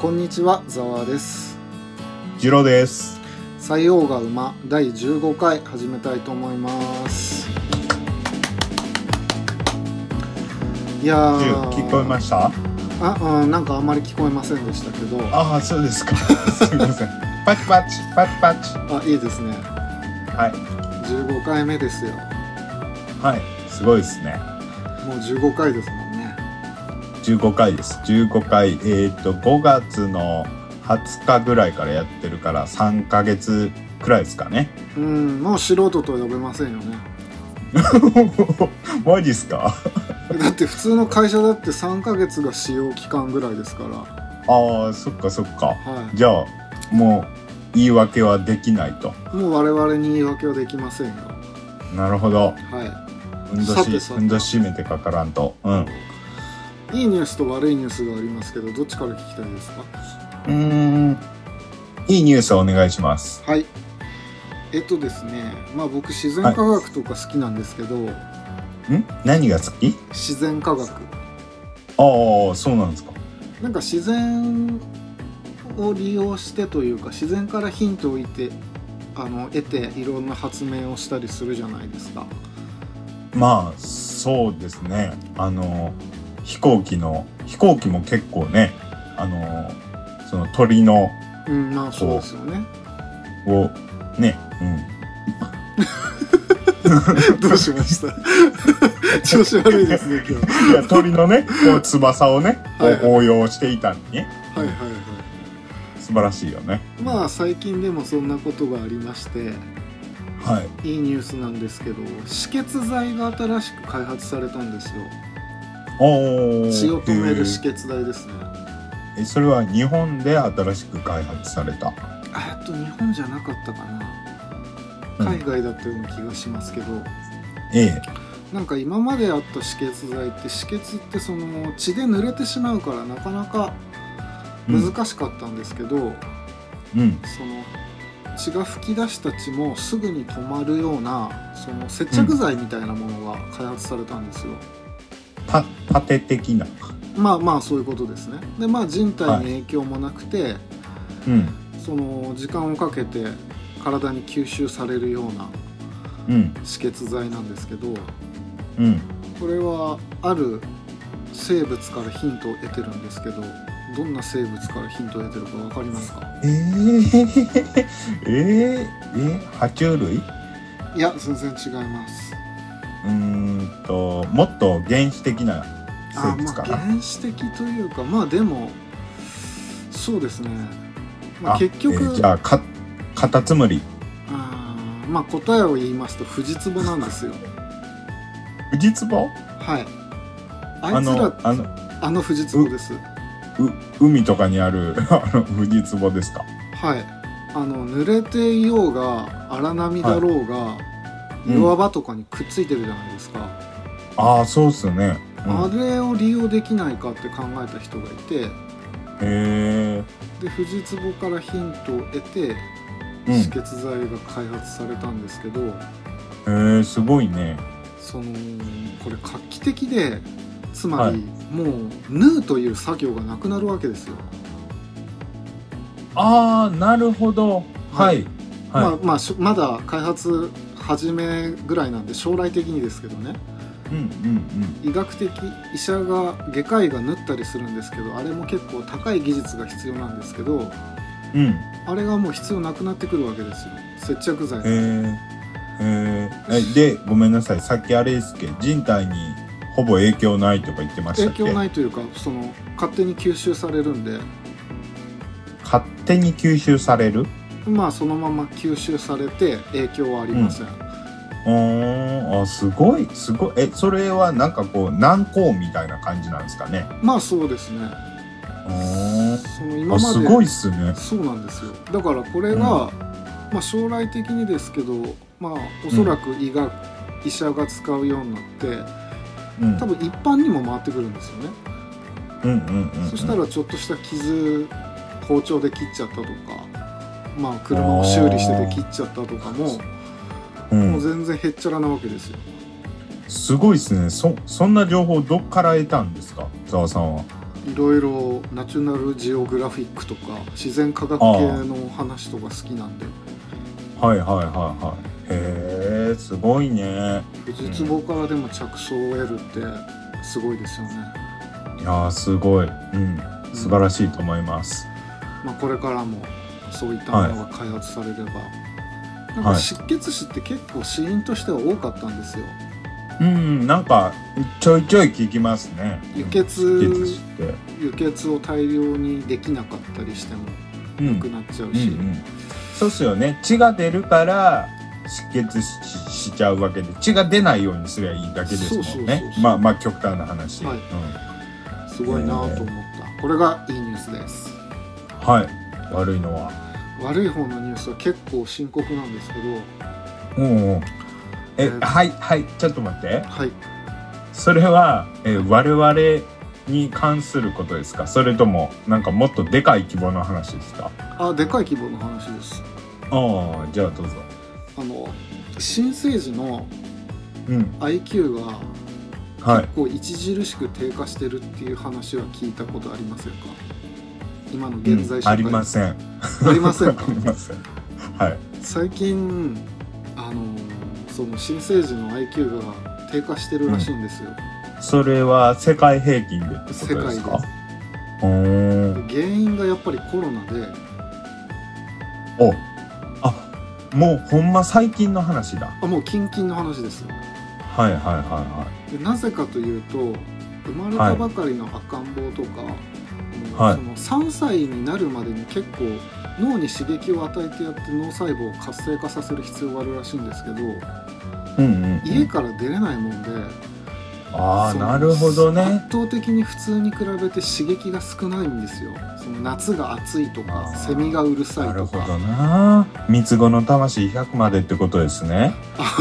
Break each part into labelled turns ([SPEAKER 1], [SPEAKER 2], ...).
[SPEAKER 1] こんにちは、ざわです。
[SPEAKER 2] ジロです。
[SPEAKER 1] 採用が馬第15回始めたいと思います。いや
[SPEAKER 2] ジロ
[SPEAKER 1] ー、
[SPEAKER 2] 聞こえました？
[SPEAKER 1] あ、うん、なんかあんまり聞こえませんでしたけど、あ、
[SPEAKER 2] ああそうですか。すみません。パチパチパチパチ。
[SPEAKER 1] いいですね。
[SPEAKER 2] はい
[SPEAKER 1] 15回目ですよ。
[SPEAKER 2] はい。すごいですね。
[SPEAKER 1] もう15回ですもんね。
[SPEAKER 2] 15回です。15回えっ、と5月の20日ぐらいからやってるから3ヶ月くらいですかね。
[SPEAKER 1] うん、もう素人と呼べませんよね。
[SPEAKER 2] マジっすか？
[SPEAKER 1] だって普通の会社だって3ヶ月が使用期間ぐらいですから。
[SPEAKER 2] ああそっかそっか。
[SPEAKER 1] は
[SPEAKER 2] じゃあもう言い訳はできないと。
[SPEAKER 1] い。もう我々に言い訳はできませんよ。
[SPEAKER 2] なるほど。
[SPEAKER 1] はい。
[SPEAKER 2] ふんど
[SPEAKER 1] さ
[SPEAKER 2] して
[SPEAKER 1] さて
[SPEAKER 2] ふんどし締めてかからんと。うん。
[SPEAKER 1] いいニュースと悪いニュースがありますけどどっちから聞きたいですか
[SPEAKER 2] うーん。いいニュースをお願いします。
[SPEAKER 1] はいえっとですねまあ僕自然科学とか好きなんですけど、
[SPEAKER 2] ん何が好き
[SPEAKER 1] 自然科学
[SPEAKER 2] ああそうなんですか
[SPEAKER 1] なんか自然を利用してというか自然からヒントを置いてあの得ていろんな発明をしたりするじゃないですか
[SPEAKER 2] まあそうですねあの飛行機の飛行機も結構ねあのその鳥の
[SPEAKER 1] うんまあそうですよね
[SPEAKER 2] をね
[SPEAKER 1] どうしました 調子悪いですね今日
[SPEAKER 2] うんい や鳥のねこう翼をねこ
[SPEAKER 1] はいはいう
[SPEAKER 2] 応用していたのね
[SPEAKER 1] はいはいはい
[SPEAKER 2] 素晴らしいよね
[SPEAKER 1] まあ最近でもそんなことがありまして
[SPEAKER 2] はい
[SPEAKER 1] いいニュースなんですけど止血剤が新しく開発されたんですよ
[SPEAKER 2] おお
[SPEAKER 1] 血を止める止血剤ですね
[SPEAKER 2] えそれは日本で新しく開発された
[SPEAKER 1] あえっと日本じゃなかったかな
[SPEAKER 2] うん
[SPEAKER 1] 海外だったような気がしますけど、
[SPEAKER 2] ええ
[SPEAKER 1] なんか今まであった止血剤って止血ってその血で濡れてしまうからなかなか
[SPEAKER 2] うん
[SPEAKER 1] 難しかったんですけど、
[SPEAKER 2] うん
[SPEAKER 1] その血が噴き出した血もすぐに止まるようなその接着剤みたいなものが開発されたんですよ、
[SPEAKER 2] パパテ的な
[SPEAKER 1] まあまあそういうことですねでまあ人体に影響もなくて、
[SPEAKER 2] うん
[SPEAKER 1] その時間をかけて体に吸収されるような
[SPEAKER 2] うん
[SPEAKER 1] 止血剤なんですけど
[SPEAKER 2] うん
[SPEAKER 1] これはある生物からヒントを得てるんですけどどんな生物からヒントを得てるか分かりますか
[SPEAKER 2] えー、えー、え爬虫類う
[SPEAKER 1] いや全然違います
[SPEAKER 2] ーんともっと原始的な生
[SPEAKER 1] あ
[SPEAKER 2] 物
[SPEAKER 1] ま
[SPEAKER 2] か
[SPEAKER 1] あ
[SPEAKER 2] な、
[SPEAKER 1] 原始的というかまあでもそうですね、まあ、
[SPEAKER 2] あ
[SPEAKER 1] 結局
[SPEAKER 2] えーじゃあかカタツムリ
[SPEAKER 1] あーまあ答えを言いますとフジツボなんですよ
[SPEAKER 2] フジツボ
[SPEAKER 1] はいあ
[SPEAKER 2] あ
[SPEAKER 1] いつ
[SPEAKER 2] の
[SPEAKER 1] ら
[SPEAKER 2] あの
[SPEAKER 1] あのフジツボです
[SPEAKER 2] う海とかにある あのフジツボですか
[SPEAKER 1] はい、あの濡れていようが荒波だろうが、
[SPEAKER 2] いうん
[SPEAKER 1] 岩場とかにくっついてるじゃないですか、
[SPEAKER 2] ああそうっすね、うん、
[SPEAKER 1] あれを利用できないかって考えた人がいて
[SPEAKER 2] へえ
[SPEAKER 1] で富士壺からヒントを得て
[SPEAKER 2] うん
[SPEAKER 1] 止血剤が開発されたんですけど、
[SPEAKER 2] へー、すごいね
[SPEAKER 1] そのこれ画期的でつまり、
[SPEAKER 2] はい
[SPEAKER 1] もう縫うという作業がなくなるわけですよ、
[SPEAKER 2] ああなるほどはいはい、
[SPEAKER 1] まあまあしょまだ開発始めぐらいなんで将来的にですけどね
[SPEAKER 2] うんうん
[SPEAKER 1] 医学的医者が外科医が縫ったりするんですけどあれも結構高い技術が必要なんですけど
[SPEAKER 2] うんうん
[SPEAKER 1] あれがもう必要なくなってくるわけですよ接着剤、
[SPEAKER 2] へーへーえでごめんなさいさっきあれですけど人体にほぼ影響ないとか言ってましたっ
[SPEAKER 1] 影
[SPEAKER 2] け
[SPEAKER 1] 響ないというかその勝手に吸収されるんで
[SPEAKER 2] 勝手に吸収される
[SPEAKER 1] まあそのまま吸収されて影響はありません、
[SPEAKER 2] うーんあすごいすごいえそれはなんかこう軟膏みたいな感じなんですかね
[SPEAKER 1] まあそうですね
[SPEAKER 2] うーん
[SPEAKER 1] その今
[SPEAKER 2] あ
[SPEAKER 1] ますで
[SPEAKER 2] ごいっすね
[SPEAKER 1] そうなんですよだからこれが、
[SPEAKER 2] うん
[SPEAKER 1] まあ、将来的にですけどまあおそらく医学、医者が使うようになって
[SPEAKER 2] うん
[SPEAKER 1] 多分一般にも回ってくるんですよね
[SPEAKER 2] うんうんうんうん
[SPEAKER 1] そしたらちょっとした傷包丁で切っちゃったとか、まあ、車を修理してて切っちゃったとかも
[SPEAKER 2] う
[SPEAKER 1] もうん全然へっちゃらなわけですよ。
[SPEAKER 2] すごいっすねそそんな情報どっから得たんですかざわさんはい
[SPEAKER 1] いろいろナチュラルジオグラフィックとか自然科学系の話とか好きなんで
[SPEAKER 2] はいはいはいはいへえすごいね
[SPEAKER 1] 術壺からでも着想を得るってすごいですよね、
[SPEAKER 2] いやーすごいうん素晴らしいと思います、
[SPEAKER 1] まあ、これからもそういったものが開発されれば、なんか
[SPEAKER 2] はい
[SPEAKER 1] 失血死って結構死因としては多かったんですよ
[SPEAKER 2] うんなんかちょいちょい聞きますね
[SPEAKER 1] 輸
[SPEAKER 2] うん
[SPEAKER 1] 血
[SPEAKER 2] 輸血して
[SPEAKER 1] 輸血を大量にできなかったりしても
[SPEAKER 2] うん
[SPEAKER 1] なくなっちゃう
[SPEAKER 2] うんう
[SPEAKER 1] し、
[SPEAKER 2] んそうっすよね血が出るから出血ししちゃうわけで血が出ないようにすればいいだけですもんね
[SPEAKER 1] そうそうそうそう
[SPEAKER 2] まあまあ極端な話、
[SPEAKER 1] はい
[SPEAKER 2] うん
[SPEAKER 1] すごいなと思った、これがいいニュースです
[SPEAKER 2] はい悪いのは
[SPEAKER 1] 悪い方のニュースは結構深刻なんですけど
[SPEAKER 2] うんうんえ、
[SPEAKER 1] えー
[SPEAKER 2] はいはいちょっと待って
[SPEAKER 1] はい
[SPEAKER 2] それは、えー我々に関することですかそれともなんかもっとでかい規模の話ですか
[SPEAKER 1] あでかい規模の話です
[SPEAKER 2] ああじゃあどうぞ
[SPEAKER 1] あの新生児の
[SPEAKER 2] うん
[SPEAKER 1] IQ が
[SPEAKER 2] はい
[SPEAKER 1] こう著しく低下してるっていう話は聞いたことありませんか今の現在
[SPEAKER 2] う
[SPEAKER 1] 社
[SPEAKER 2] ん、あ
[SPEAKER 1] 会、
[SPEAKER 2] りません
[SPEAKER 1] ありません
[SPEAKER 2] あ
[SPEAKER 1] か
[SPEAKER 2] りませんはい
[SPEAKER 1] 最近あのその新生児の IQ が低下してるらしいんですよ、
[SPEAKER 2] それは世界平均でってこ
[SPEAKER 1] 世
[SPEAKER 2] とで
[SPEAKER 1] 界
[SPEAKER 2] す
[SPEAKER 1] で
[SPEAKER 2] かうーん
[SPEAKER 1] 原因がやっぱりコロナで
[SPEAKER 2] おあもうほんま最近の話だ
[SPEAKER 1] あもうキンキンの話です
[SPEAKER 2] はいはいはいは
[SPEAKER 1] でなぜかというと生まれたばかりの赤ん坊とか、
[SPEAKER 2] はい
[SPEAKER 1] もうその3歳になるまでに結構脳に刺激を与えてやって脳細胞を活性化させる必要があるらしいんですけど
[SPEAKER 2] いうんうん、う
[SPEAKER 1] 家
[SPEAKER 2] ん、
[SPEAKER 1] から出れないもんで、
[SPEAKER 2] ああ
[SPEAKER 1] その
[SPEAKER 2] なるほどね
[SPEAKER 1] 圧倒的に普通に比べて刺激が少ないんですよその夏が暑いとか
[SPEAKER 2] あー
[SPEAKER 1] セミがうるさ
[SPEAKER 2] ないる
[SPEAKER 1] と
[SPEAKER 2] ほ
[SPEAKER 1] か
[SPEAKER 2] どな三つ子の魂100までってことですね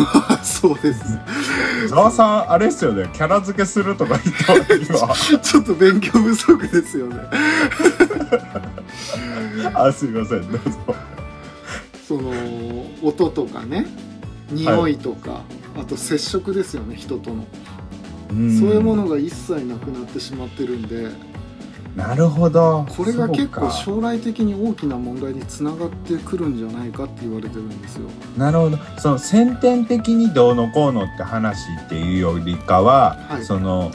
[SPEAKER 1] そう です
[SPEAKER 2] ざわさんあれですよねキャラ付けするとか言ったわ 今
[SPEAKER 1] ちょっと勉強不足ですよね
[SPEAKER 2] あすいませんどうぞ
[SPEAKER 1] その音とかね匂いとか、あと接触ですよね人とのそ
[SPEAKER 2] そう
[SPEAKER 1] ういうものが一切なくなってしまってるんで
[SPEAKER 2] なるほど
[SPEAKER 1] これが結構
[SPEAKER 2] そうか
[SPEAKER 1] 将来的に大きな問題につながってくるんじゃないかって言われてるんですよ
[SPEAKER 2] なるほどその先天的にどうのこうのって話っていうよりかは、
[SPEAKER 1] はい
[SPEAKER 2] その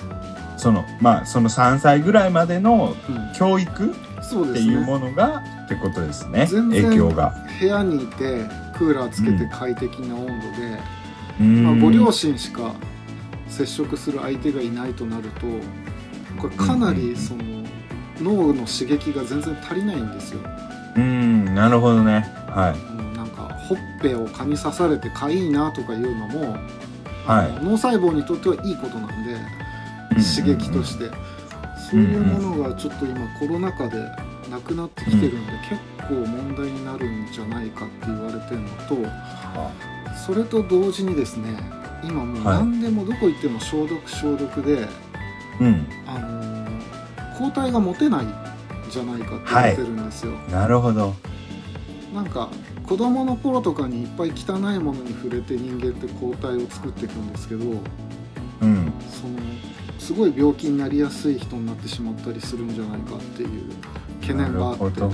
[SPEAKER 2] そのまあその3歳ぐらいまでの
[SPEAKER 1] うん
[SPEAKER 2] 教育っ
[SPEAKER 1] そう
[SPEAKER 2] て
[SPEAKER 1] です
[SPEAKER 2] いう
[SPEAKER 1] ね
[SPEAKER 2] ものが、ってことですね
[SPEAKER 1] 全然
[SPEAKER 2] 影響が
[SPEAKER 1] 部屋にいてクーラーつけて快適な温度で、
[SPEAKER 2] うん
[SPEAKER 1] まあ、ご両親しか接触する相手がいないとなるとこれかな
[SPEAKER 2] うんうんう
[SPEAKER 1] り
[SPEAKER 2] ん
[SPEAKER 1] その脳の刺激が全然足りないんですよ、
[SPEAKER 2] うんなるほどねはい
[SPEAKER 1] うん、なんかほっぺを蚊に刺されてかいいなとかいうのも、
[SPEAKER 2] はい
[SPEAKER 1] あの脳細胞にとってはいいことなんで刺激として、そう
[SPEAKER 2] うん
[SPEAKER 1] いうものがちょっと今コロナ禍でなくなってきてるんで、結構問題になるんじゃないかって言われてるのと、
[SPEAKER 2] は
[SPEAKER 1] それと同時にですね今もう
[SPEAKER 2] はい
[SPEAKER 1] 何でもどこ行っても消毒消毒で、
[SPEAKER 2] うん
[SPEAKER 1] あのー抗体が持てないんじゃないかって言われてるんですよ、
[SPEAKER 2] なるほど
[SPEAKER 1] なんか子供の頃とかにいっぱい汚いものに触れて人間って抗体を作っていくんですけど
[SPEAKER 2] うん
[SPEAKER 1] そのすごい病気になりやすい人になってしまったりするんじゃないかっていう懸念があって
[SPEAKER 2] な
[SPEAKER 1] な
[SPEAKER 2] るほど
[SPEAKER 1] か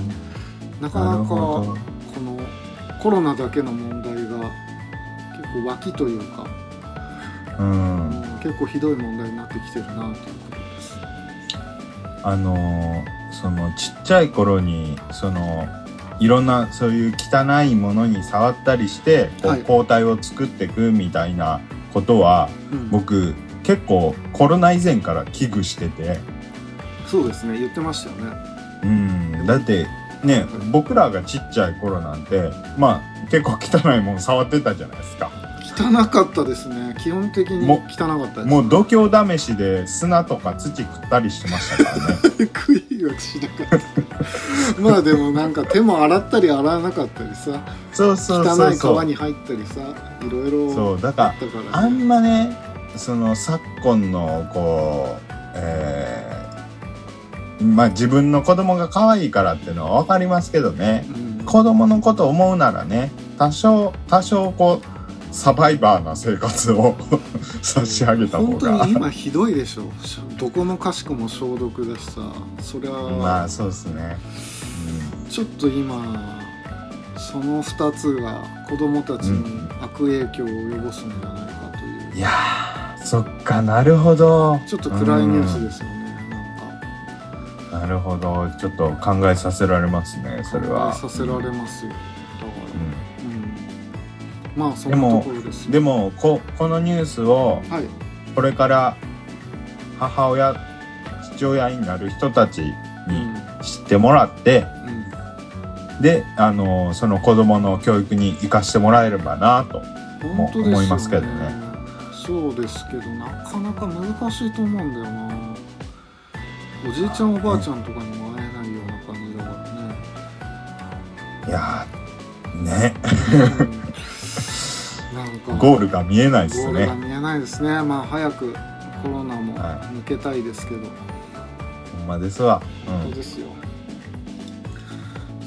[SPEAKER 1] な
[SPEAKER 2] る
[SPEAKER 1] か
[SPEAKER 2] ほ
[SPEAKER 1] こ
[SPEAKER 2] ど
[SPEAKER 1] のコロナだけの問題が結構脇というか
[SPEAKER 2] うん
[SPEAKER 1] 結構ひどい問題になってきてるなということです。
[SPEAKER 2] あのーそのちっちゃい頃にそのいろんなそういう汚いものに触ったりしてこう
[SPEAKER 1] はい
[SPEAKER 2] 抗体を作っていくみたいなことは、
[SPEAKER 1] うん
[SPEAKER 2] 僕結構コロナ以前から危惧してて、
[SPEAKER 1] そうですね言ってましたよね。
[SPEAKER 2] うん、だってね僕らがちっちゃい頃なんてまあ結構汚いもの触ってたじゃないですか。
[SPEAKER 1] 汚かったですね基本的に汚
[SPEAKER 2] も
[SPEAKER 1] かったです。
[SPEAKER 2] もう度胸試しで砂とか土食ったりしてましたから ね。
[SPEAKER 1] 食いはしなかった。まあでもなんか手も洗ったり洗わなかったりさ
[SPEAKER 2] そうそう
[SPEAKER 1] 汚
[SPEAKER 2] そう
[SPEAKER 1] い
[SPEAKER 2] そ
[SPEAKER 1] 川
[SPEAKER 2] う。
[SPEAKER 1] に入ったりさいろいろ
[SPEAKER 2] そうだ
[SPEAKER 1] あ
[SPEAKER 2] から
[SPEAKER 1] ったから
[SPEAKER 2] あ
[SPEAKER 1] ね、
[SPEAKER 2] んまねその昨今のこう、えーまあ自分の子供が可愛いからっていうのは分かりますけどね
[SPEAKER 1] うん
[SPEAKER 2] 子供のことを思うならね多少多少こうサバイバーな生活を 差し上げた方
[SPEAKER 1] 本当
[SPEAKER 2] が
[SPEAKER 1] に今ひどいでしょしょどこのかしこも消毒だしさそりゃ、
[SPEAKER 2] まあそうですね、
[SPEAKER 1] ちょっと今その2つが子供たちに悪影響を及ぼすんじゃないかという、
[SPEAKER 2] うん、いやーそっかなるほど
[SPEAKER 1] ちょっと暗いニュースですよね、なんか
[SPEAKER 2] なるほどちょっと考えさせられますねそれは
[SPEAKER 1] 考えさせられますよだから、
[SPEAKER 2] うん
[SPEAKER 1] うんまあそんなところですよ
[SPEAKER 2] でもここのニュースを
[SPEAKER 1] はい
[SPEAKER 2] これから母親父親になる人たちに
[SPEAKER 1] うん
[SPEAKER 2] 知ってもらって
[SPEAKER 1] うん
[SPEAKER 2] であのその子供の教育に生かしてもらえればなと
[SPEAKER 1] 本当ですよね
[SPEAKER 2] 思いますけどね
[SPEAKER 1] そうですけどなかなか難しいと思うんだよなおじいちゃんおばあちゃんとかにも会えないような感じだからね
[SPEAKER 2] いやーね
[SPEAKER 1] うんなんか
[SPEAKER 2] ゴールが見えないです
[SPEAKER 1] ゴールが
[SPEAKER 2] ね
[SPEAKER 1] 見えないですね。まあ早くコロナも
[SPEAKER 2] は
[SPEAKER 1] 抜けたいですけど、
[SPEAKER 2] ほんまですわ、う、
[SPEAKER 1] そうんですよ。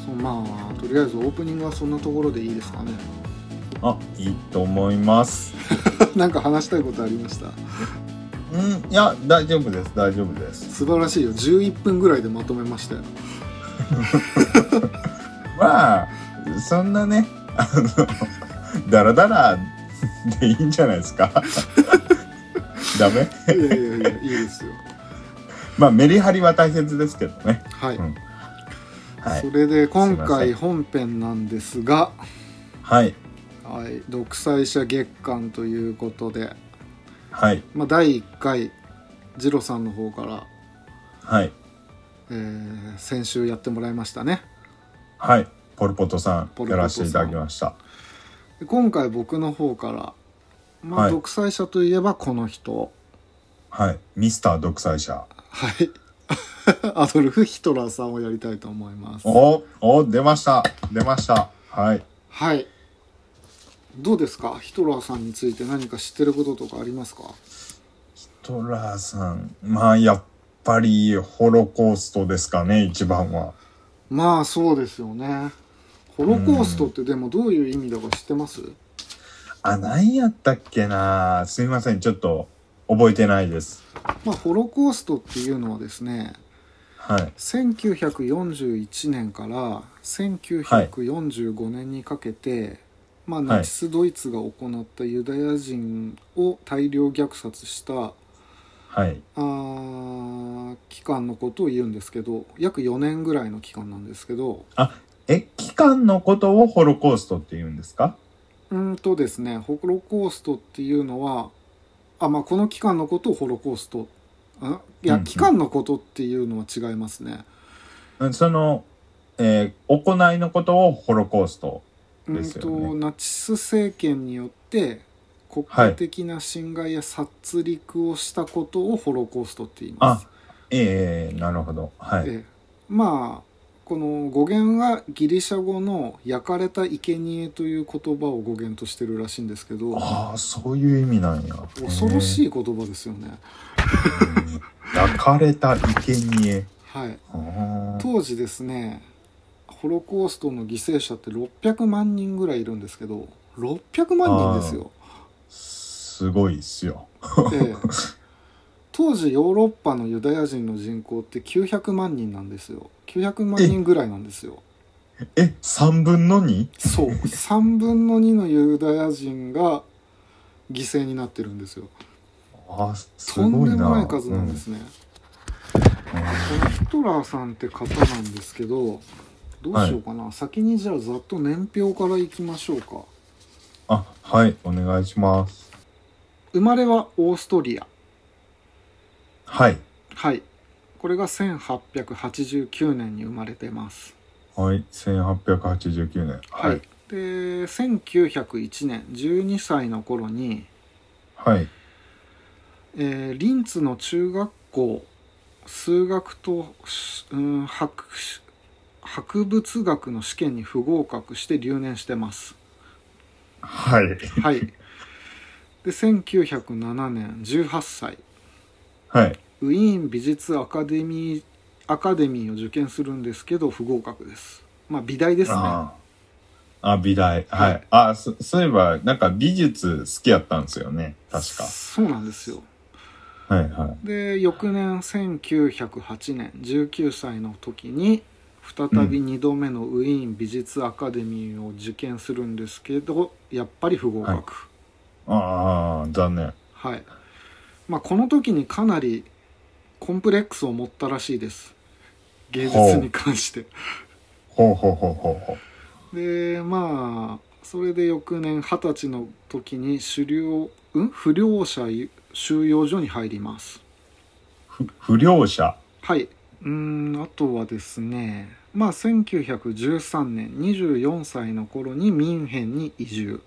[SPEAKER 1] そうまあとりあえずオープニングはそんなところでいいですかね。
[SPEAKER 2] あいいと思います
[SPEAKER 1] なんか話したいことありました。
[SPEAKER 2] うんいや大丈夫です大丈夫です
[SPEAKER 1] 素晴らしいよ。11分ぐらいでまとめましたよ。
[SPEAKER 2] まあそんなねあの ダラダラでいいんじゃないですか ダメ
[SPEAKER 1] いやいやいやいいですよ。
[SPEAKER 2] まあメリハリは大切ですけどね
[SPEAKER 1] はい。
[SPEAKER 2] うんはい
[SPEAKER 1] それで今
[SPEAKER 2] すいませ
[SPEAKER 1] 回
[SPEAKER 2] ん
[SPEAKER 1] 本編なんですが、
[SPEAKER 2] はい
[SPEAKER 1] はい、独裁者月間ということで、
[SPEAKER 2] はい
[SPEAKER 1] まあ第1回ジロさんの方から、
[SPEAKER 2] はい
[SPEAKER 1] えー先週やってもらいましたね。
[SPEAKER 2] はいポルポトさ
[SPEAKER 1] ポ
[SPEAKER 2] ん
[SPEAKER 1] ルポトさん
[SPEAKER 2] やらせていただきました
[SPEAKER 1] で今回僕の方から、まあ
[SPEAKER 2] はい
[SPEAKER 1] 独裁者といえばこの人
[SPEAKER 2] はいミスター独裁者
[SPEAKER 1] はい アドルフ・ヒトラーさんをやりたいと思います
[SPEAKER 2] おお出ました出ましたはい
[SPEAKER 1] はいどうですかヒトラーさんについて何か知ってることとかありますか
[SPEAKER 2] トラーさんまあやっぱりホロコーストですかね一番は
[SPEAKER 1] まあそうですよねホロコーストってでもどういう意味だか知ってます
[SPEAKER 2] あ何やったっけなすいませんちょっと覚えてないです
[SPEAKER 1] まあホロコーストっていうのはですね
[SPEAKER 2] はい
[SPEAKER 1] 1941年から1945年にかけて、まあ、
[SPEAKER 2] はい
[SPEAKER 1] ナチス・ドイツが行ったユダヤ人を大量虐殺した
[SPEAKER 2] はい
[SPEAKER 1] あー期間のことを言うんですけど約4年ぐらいの期間なんですけど
[SPEAKER 2] え期間のことをホロコーストって言うんですか
[SPEAKER 1] うーんとですねホロコーストっていうのはあ、まあ、この期間のことをホロコーストんいや、
[SPEAKER 2] うんうん
[SPEAKER 1] 期間のことっていうのは違いますね。
[SPEAKER 2] うんその、えー行いのことをホロコースト
[SPEAKER 1] うん
[SPEAKER 2] ですよね
[SPEAKER 1] とナチス政権によって国家的な侵害や殺戮をしたことをホロコーストって言います。
[SPEAKER 2] ええなるほどはい
[SPEAKER 1] ええまあこの語源はギリシャ語の「焼かれた生贄という言葉を語源としてるらしいんですけど
[SPEAKER 2] ああそういう意味なんや
[SPEAKER 1] 恐ろ
[SPEAKER 2] い
[SPEAKER 1] しい言葉ですよね。
[SPEAKER 2] 抱かれた生贄
[SPEAKER 1] はい、
[SPEAKER 2] あー
[SPEAKER 1] 当時ですねホロコーストの犠牲者って600万人ぐらいいるんですけど600万人ですよ。
[SPEAKER 2] すごいっすよ
[SPEAKER 1] ええ当時ヨーロッパのユダヤ人の人口って900万人なんですよ900万人ぐらいなんですよ
[SPEAKER 2] え3分の 2?
[SPEAKER 1] そう3分の2のユダヤ人が犠牲になってるんですよ
[SPEAKER 2] あーす
[SPEAKER 1] とん
[SPEAKER 2] ごい
[SPEAKER 1] で
[SPEAKER 2] な
[SPEAKER 1] もない数なんですね、このヒトラーさんって方なんですけどどうしようかな、先にじゃあざっと年表からいきましょうか
[SPEAKER 2] うんあはいお願いします
[SPEAKER 1] 生まれはオーストリア
[SPEAKER 2] はい
[SPEAKER 1] はいこれが1889年に生まれてます
[SPEAKER 2] はい1889年
[SPEAKER 1] は
[SPEAKER 2] はいい、
[SPEAKER 1] で1901年12歳の頃に、
[SPEAKER 2] はい
[SPEAKER 1] えーリンツの中学校数学と、うん、博博物学の試験に不合格して留年して ます。
[SPEAKER 2] はい
[SPEAKER 1] はい。で1907年18歳
[SPEAKER 2] はい
[SPEAKER 1] ウィーン美術アカデミーアカデミーを受験するんですけど不合格です。まあ美大ですね。
[SPEAKER 2] ああ、美大。はい。
[SPEAKER 1] はい
[SPEAKER 2] あそ、そういえば、なんか美術好きやったんですよね。確か。
[SPEAKER 1] そうなんですよ
[SPEAKER 2] はいはい。
[SPEAKER 1] で翌年1908年19歳の時に再び2度目のウィーン美術アカデミーを受験するんですけどやっぱり不合格
[SPEAKER 2] ああ、残念。
[SPEAKER 1] はい、まあ、この時にかなりコンプレックスを持ったらしいです芸術に関して
[SPEAKER 2] ほうほうほうほうほう。
[SPEAKER 1] でまあそれで翌年二十歳の時に狩猟、うん、不良者収容所に入ります
[SPEAKER 2] ふ不良者。
[SPEAKER 1] はいうーんあとはですねまあ1913年24歳の頃にミュンヘンに移住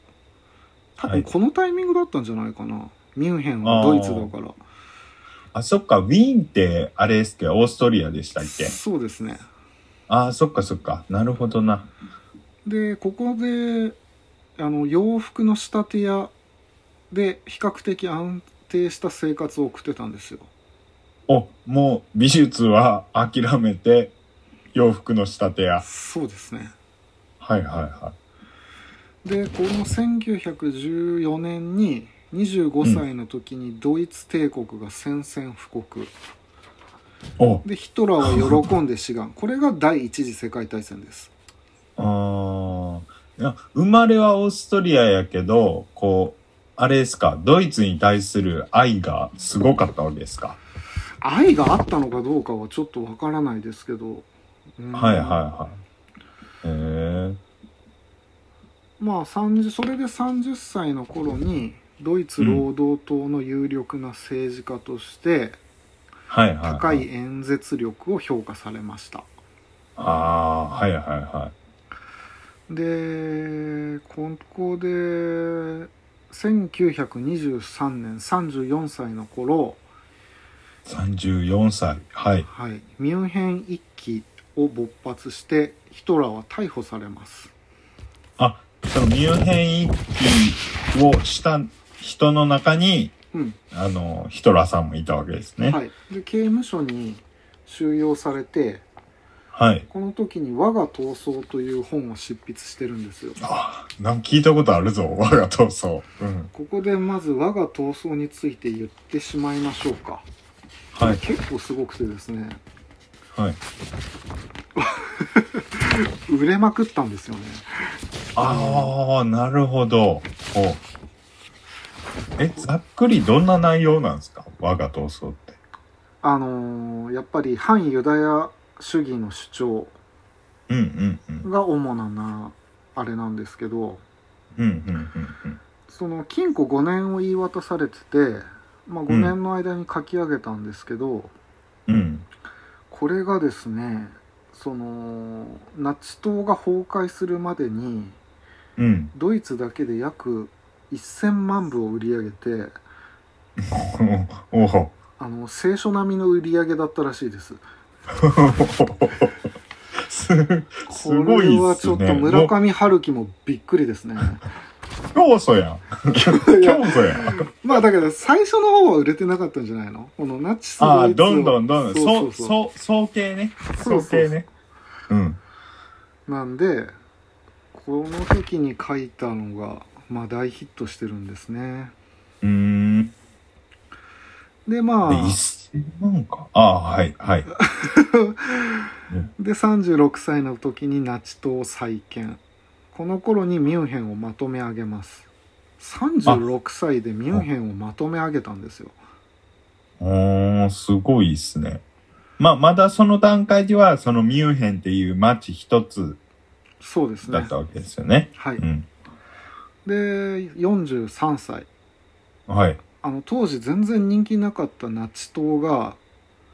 [SPEAKER 1] 多
[SPEAKER 2] は
[SPEAKER 1] 分
[SPEAKER 2] い
[SPEAKER 1] このタイミングだったんじゃないかな、ミュンヘンはドイツだから
[SPEAKER 2] あ、そっか、ウィーンって、あれですっけ、オーストリアでしたっけ。
[SPEAKER 1] そうですね
[SPEAKER 2] ああ、そっかそっか。なるほどな。
[SPEAKER 1] でここであの洋服の仕立て屋で比較的安定した生活を送ってたんですよ
[SPEAKER 2] お、もう美術は諦めて、洋服の仕立て屋。
[SPEAKER 1] そうですね
[SPEAKER 2] はいはいは
[SPEAKER 1] でこの1914年に25歳の時にドイツ帝国が宣戦布告、
[SPEAKER 2] い。お、
[SPEAKER 1] でヒトラーは喜んで志 願これが第一次世界大戦です
[SPEAKER 2] あーいや生まれはオーストリアやけど、こう、あれですか、ドイツに対する愛がすごかったわけですか。
[SPEAKER 1] 愛があったのかどうかはちょっとわからないですけど、うん
[SPEAKER 2] はいはいはい。へえー。
[SPEAKER 1] まあ30それで30歳の頃にドイツ労働党の有力な政治家として
[SPEAKER 2] はいはい、
[SPEAKER 1] 高い。演説力を評価されました
[SPEAKER 2] ああー、はいはいは
[SPEAKER 1] でここで1923年34歳の頃、
[SPEAKER 2] い。34歳。はい。
[SPEAKER 1] はい、ミュンヘン一揆を勃発してヒトラーは逮捕されます
[SPEAKER 2] あ、そのミュンヘン一揆をした人の中に、
[SPEAKER 1] うん
[SPEAKER 2] あの、ヒトラーさんもいたわけですね。
[SPEAKER 1] はい、で刑務所に収容されて
[SPEAKER 2] はい。
[SPEAKER 1] この時に「我が闘争」という本を執筆してるんですよ
[SPEAKER 2] あなんか聞いたことあるぞ、 我が闘争。うん。
[SPEAKER 1] ここでまず我が闘争について言ってしまいましょうか、こ
[SPEAKER 2] は
[SPEAKER 1] れ
[SPEAKER 2] い。
[SPEAKER 1] 結構すごくてですね
[SPEAKER 2] はい。
[SPEAKER 1] 売れまくったんですよね
[SPEAKER 2] ああ、なるほど。おえ、ざっくりどんな内容なんですか我が闘争って。
[SPEAKER 1] あのーやっぱり反ユダヤ主義の主張
[SPEAKER 2] うんうんうん。
[SPEAKER 1] が主ななあれなんですけど
[SPEAKER 2] うんうんうん
[SPEAKER 1] その禁錮5年を言い渡されてて、まあ、5年の間に書き上げたんですけど、
[SPEAKER 2] うん。うん。
[SPEAKER 1] これがですねそのナチ党が崩壊するまでに
[SPEAKER 2] うん。
[SPEAKER 1] ドイツだけで約1000万部を売り上げて
[SPEAKER 2] おおお
[SPEAKER 1] あの聖書並みの売り上げだったらしいです
[SPEAKER 2] す、すご
[SPEAKER 1] これ
[SPEAKER 2] い
[SPEAKER 1] は
[SPEAKER 2] っ
[SPEAKER 1] ちょ
[SPEAKER 2] す
[SPEAKER 1] っと
[SPEAKER 2] ね。
[SPEAKER 1] 村上春樹もびっくり ですね
[SPEAKER 2] 教祖やん。
[SPEAKER 1] いや
[SPEAKER 2] 教祖やん。
[SPEAKER 1] まあだけど最初の方は売れてなかったんじゃないのこのナチス
[SPEAKER 2] あ
[SPEAKER 1] ド
[SPEAKER 2] あ、
[SPEAKER 1] イツ
[SPEAKER 2] どんどんどんどん。
[SPEAKER 1] そう
[SPEAKER 2] そ、
[SPEAKER 1] そううそ
[SPEAKER 2] そう、総計ね。
[SPEAKER 1] そう
[SPEAKER 2] 総
[SPEAKER 1] そう
[SPEAKER 2] 計ね。うん。
[SPEAKER 1] うなんでこの時に書いたのがまあ大ヒットしてるんですね
[SPEAKER 2] うーん。
[SPEAKER 1] でまあ
[SPEAKER 2] で、1000万か。ああ、はい、はい。
[SPEAKER 1] で36歳の時にナチ党再建この頃にミュンヘンをまとめ上げます36歳でミュンヘンをまとめ上げたんですよ
[SPEAKER 2] おー、すごいっすね。まあ、まだその段階では、そのミュンヘンっていう街一つ
[SPEAKER 1] そうです
[SPEAKER 2] だ
[SPEAKER 1] ね
[SPEAKER 2] ったわけですよね。
[SPEAKER 1] はい
[SPEAKER 2] うん。
[SPEAKER 1] で43歳
[SPEAKER 2] はい。
[SPEAKER 1] あの当時全然人気なかったナチ党が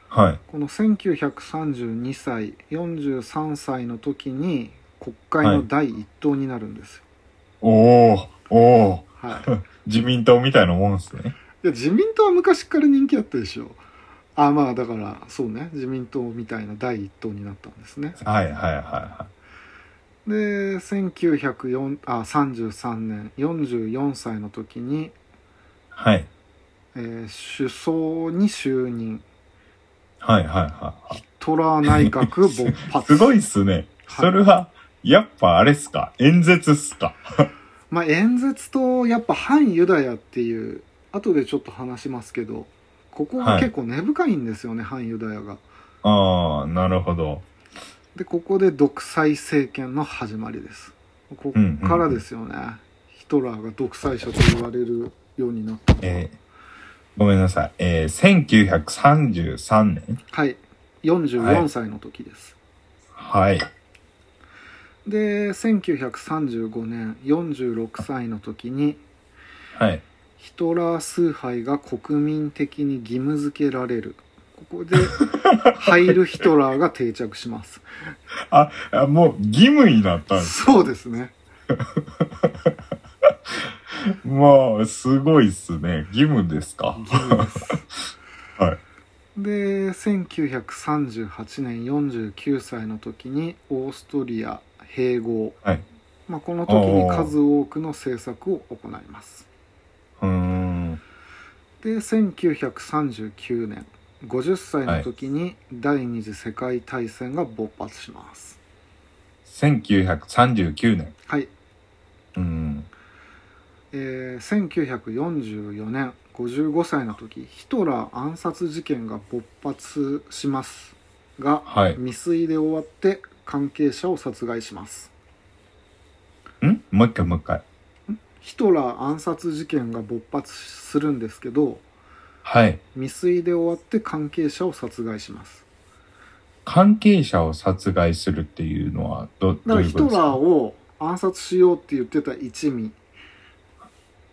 [SPEAKER 2] はい。
[SPEAKER 1] この1932歳43歳の時に国会の第一党になるんですよ、
[SPEAKER 2] おー、おー、
[SPEAKER 1] はい
[SPEAKER 2] 自民党みたいなもんっすね。
[SPEAKER 1] いや自民党は昔から人気あったでしょあまあだからそうね自民党みたいな第一党になったんですね
[SPEAKER 2] はい、はい、はい、は
[SPEAKER 1] で1933年44歳の時に、
[SPEAKER 2] い。はい。
[SPEAKER 1] えー首相に就任
[SPEAKER 2] はい、はい、は
[SPEAKER 1] トラー内閣勃
[SPEAKER 2] い。す
[SPEAKER 1] 発
[SPEAKER 2] ごいっすね。
[SPEAKER 1] はい
[SPEAKER 2] それは、やっぱあれっすか演説っすか
[SPEAKER 1] まあ演説とやっぱ反ユダヤっていう後でちょっと話しますけどここが結構根深いんですよね、反ユダヤが
[SPEAKER 2] ああ、なるほど。
[SPEAKER 1] でここで独裁政権の始まりですここからですよね、ヒトラーが独裁者と言われるようになったのは、
[SPEAKER 2] えーごめんなさい。えー、1933年
[SPEAKER 1] はい
[SPEAKER 2] は
[SPEAKER 1] 44
[SPEAKER 2] い
[SPEAKER 1] 歳の時です、
[SPEAKER 2] はい。
[SPEAKER 1] で1935年46歳の時に
[SPEAKER 2] はい。
[SPEAKER 1] ヒトラー崇拝が国民的に義務付けられるここでハイル・ヒトラーが定着し ます
[SPEAKER 2] あ、あもう義務になったんです。
[SPEAKER 1] そうです ね
[SPEAKER 2] もう、すごいっすね。義務ですか
[SPEAKER 1] 義務です
[SPEAKER 2] はい。
[SPEAKER 1] で1938年49歳の時にオーストリア併合、
[SPEAKER 2] はい
[SPEAKER 1] まあ、この時に数多くの政策を行います
[SPEAKER 2] うーん。
[SPEAKER 1] で1939年50歳の時に第二次世界大戦が勃発します
[SPEAKER 2] 1939年。
[SPEAKER 1] はい、
[SPEAKER 2] うん。
[SPEAKER 1] えー1944年55歳の時ヒトラー暗殺事件が勃発しますが
[SPEAKER 2] はい。
[SPEAKER 1] 未遂で終わって関係者を殺害します
[SPEAKER 2] んもう一回もう一回。
[SPEAKER 1] ヒトラー暗殺事件が勃発するんですけど
[SPEAKER 2] はい。
[SPEAKER 1] 未遂で終わって関係者を殺害します
[SPEAKER 2] 関係者を殺害するっていうのはど、
[SPEAKER 1] だ
[SPEAKER 2] ど
[SPEAKER 1] か
[SPEAKER 2] う
[SPEAKER 1] ら
[SPEAKER 2] いう
[SPEAKER 1] ヒ
[SPEAKER 2] こ
[SPEAKER 1] ト
[SPEAKER 2] とです
[SPEAKER 1] ラー
[SPEAKER 2] か
[SPEAKER 1] を暗殺しようって言ってた一味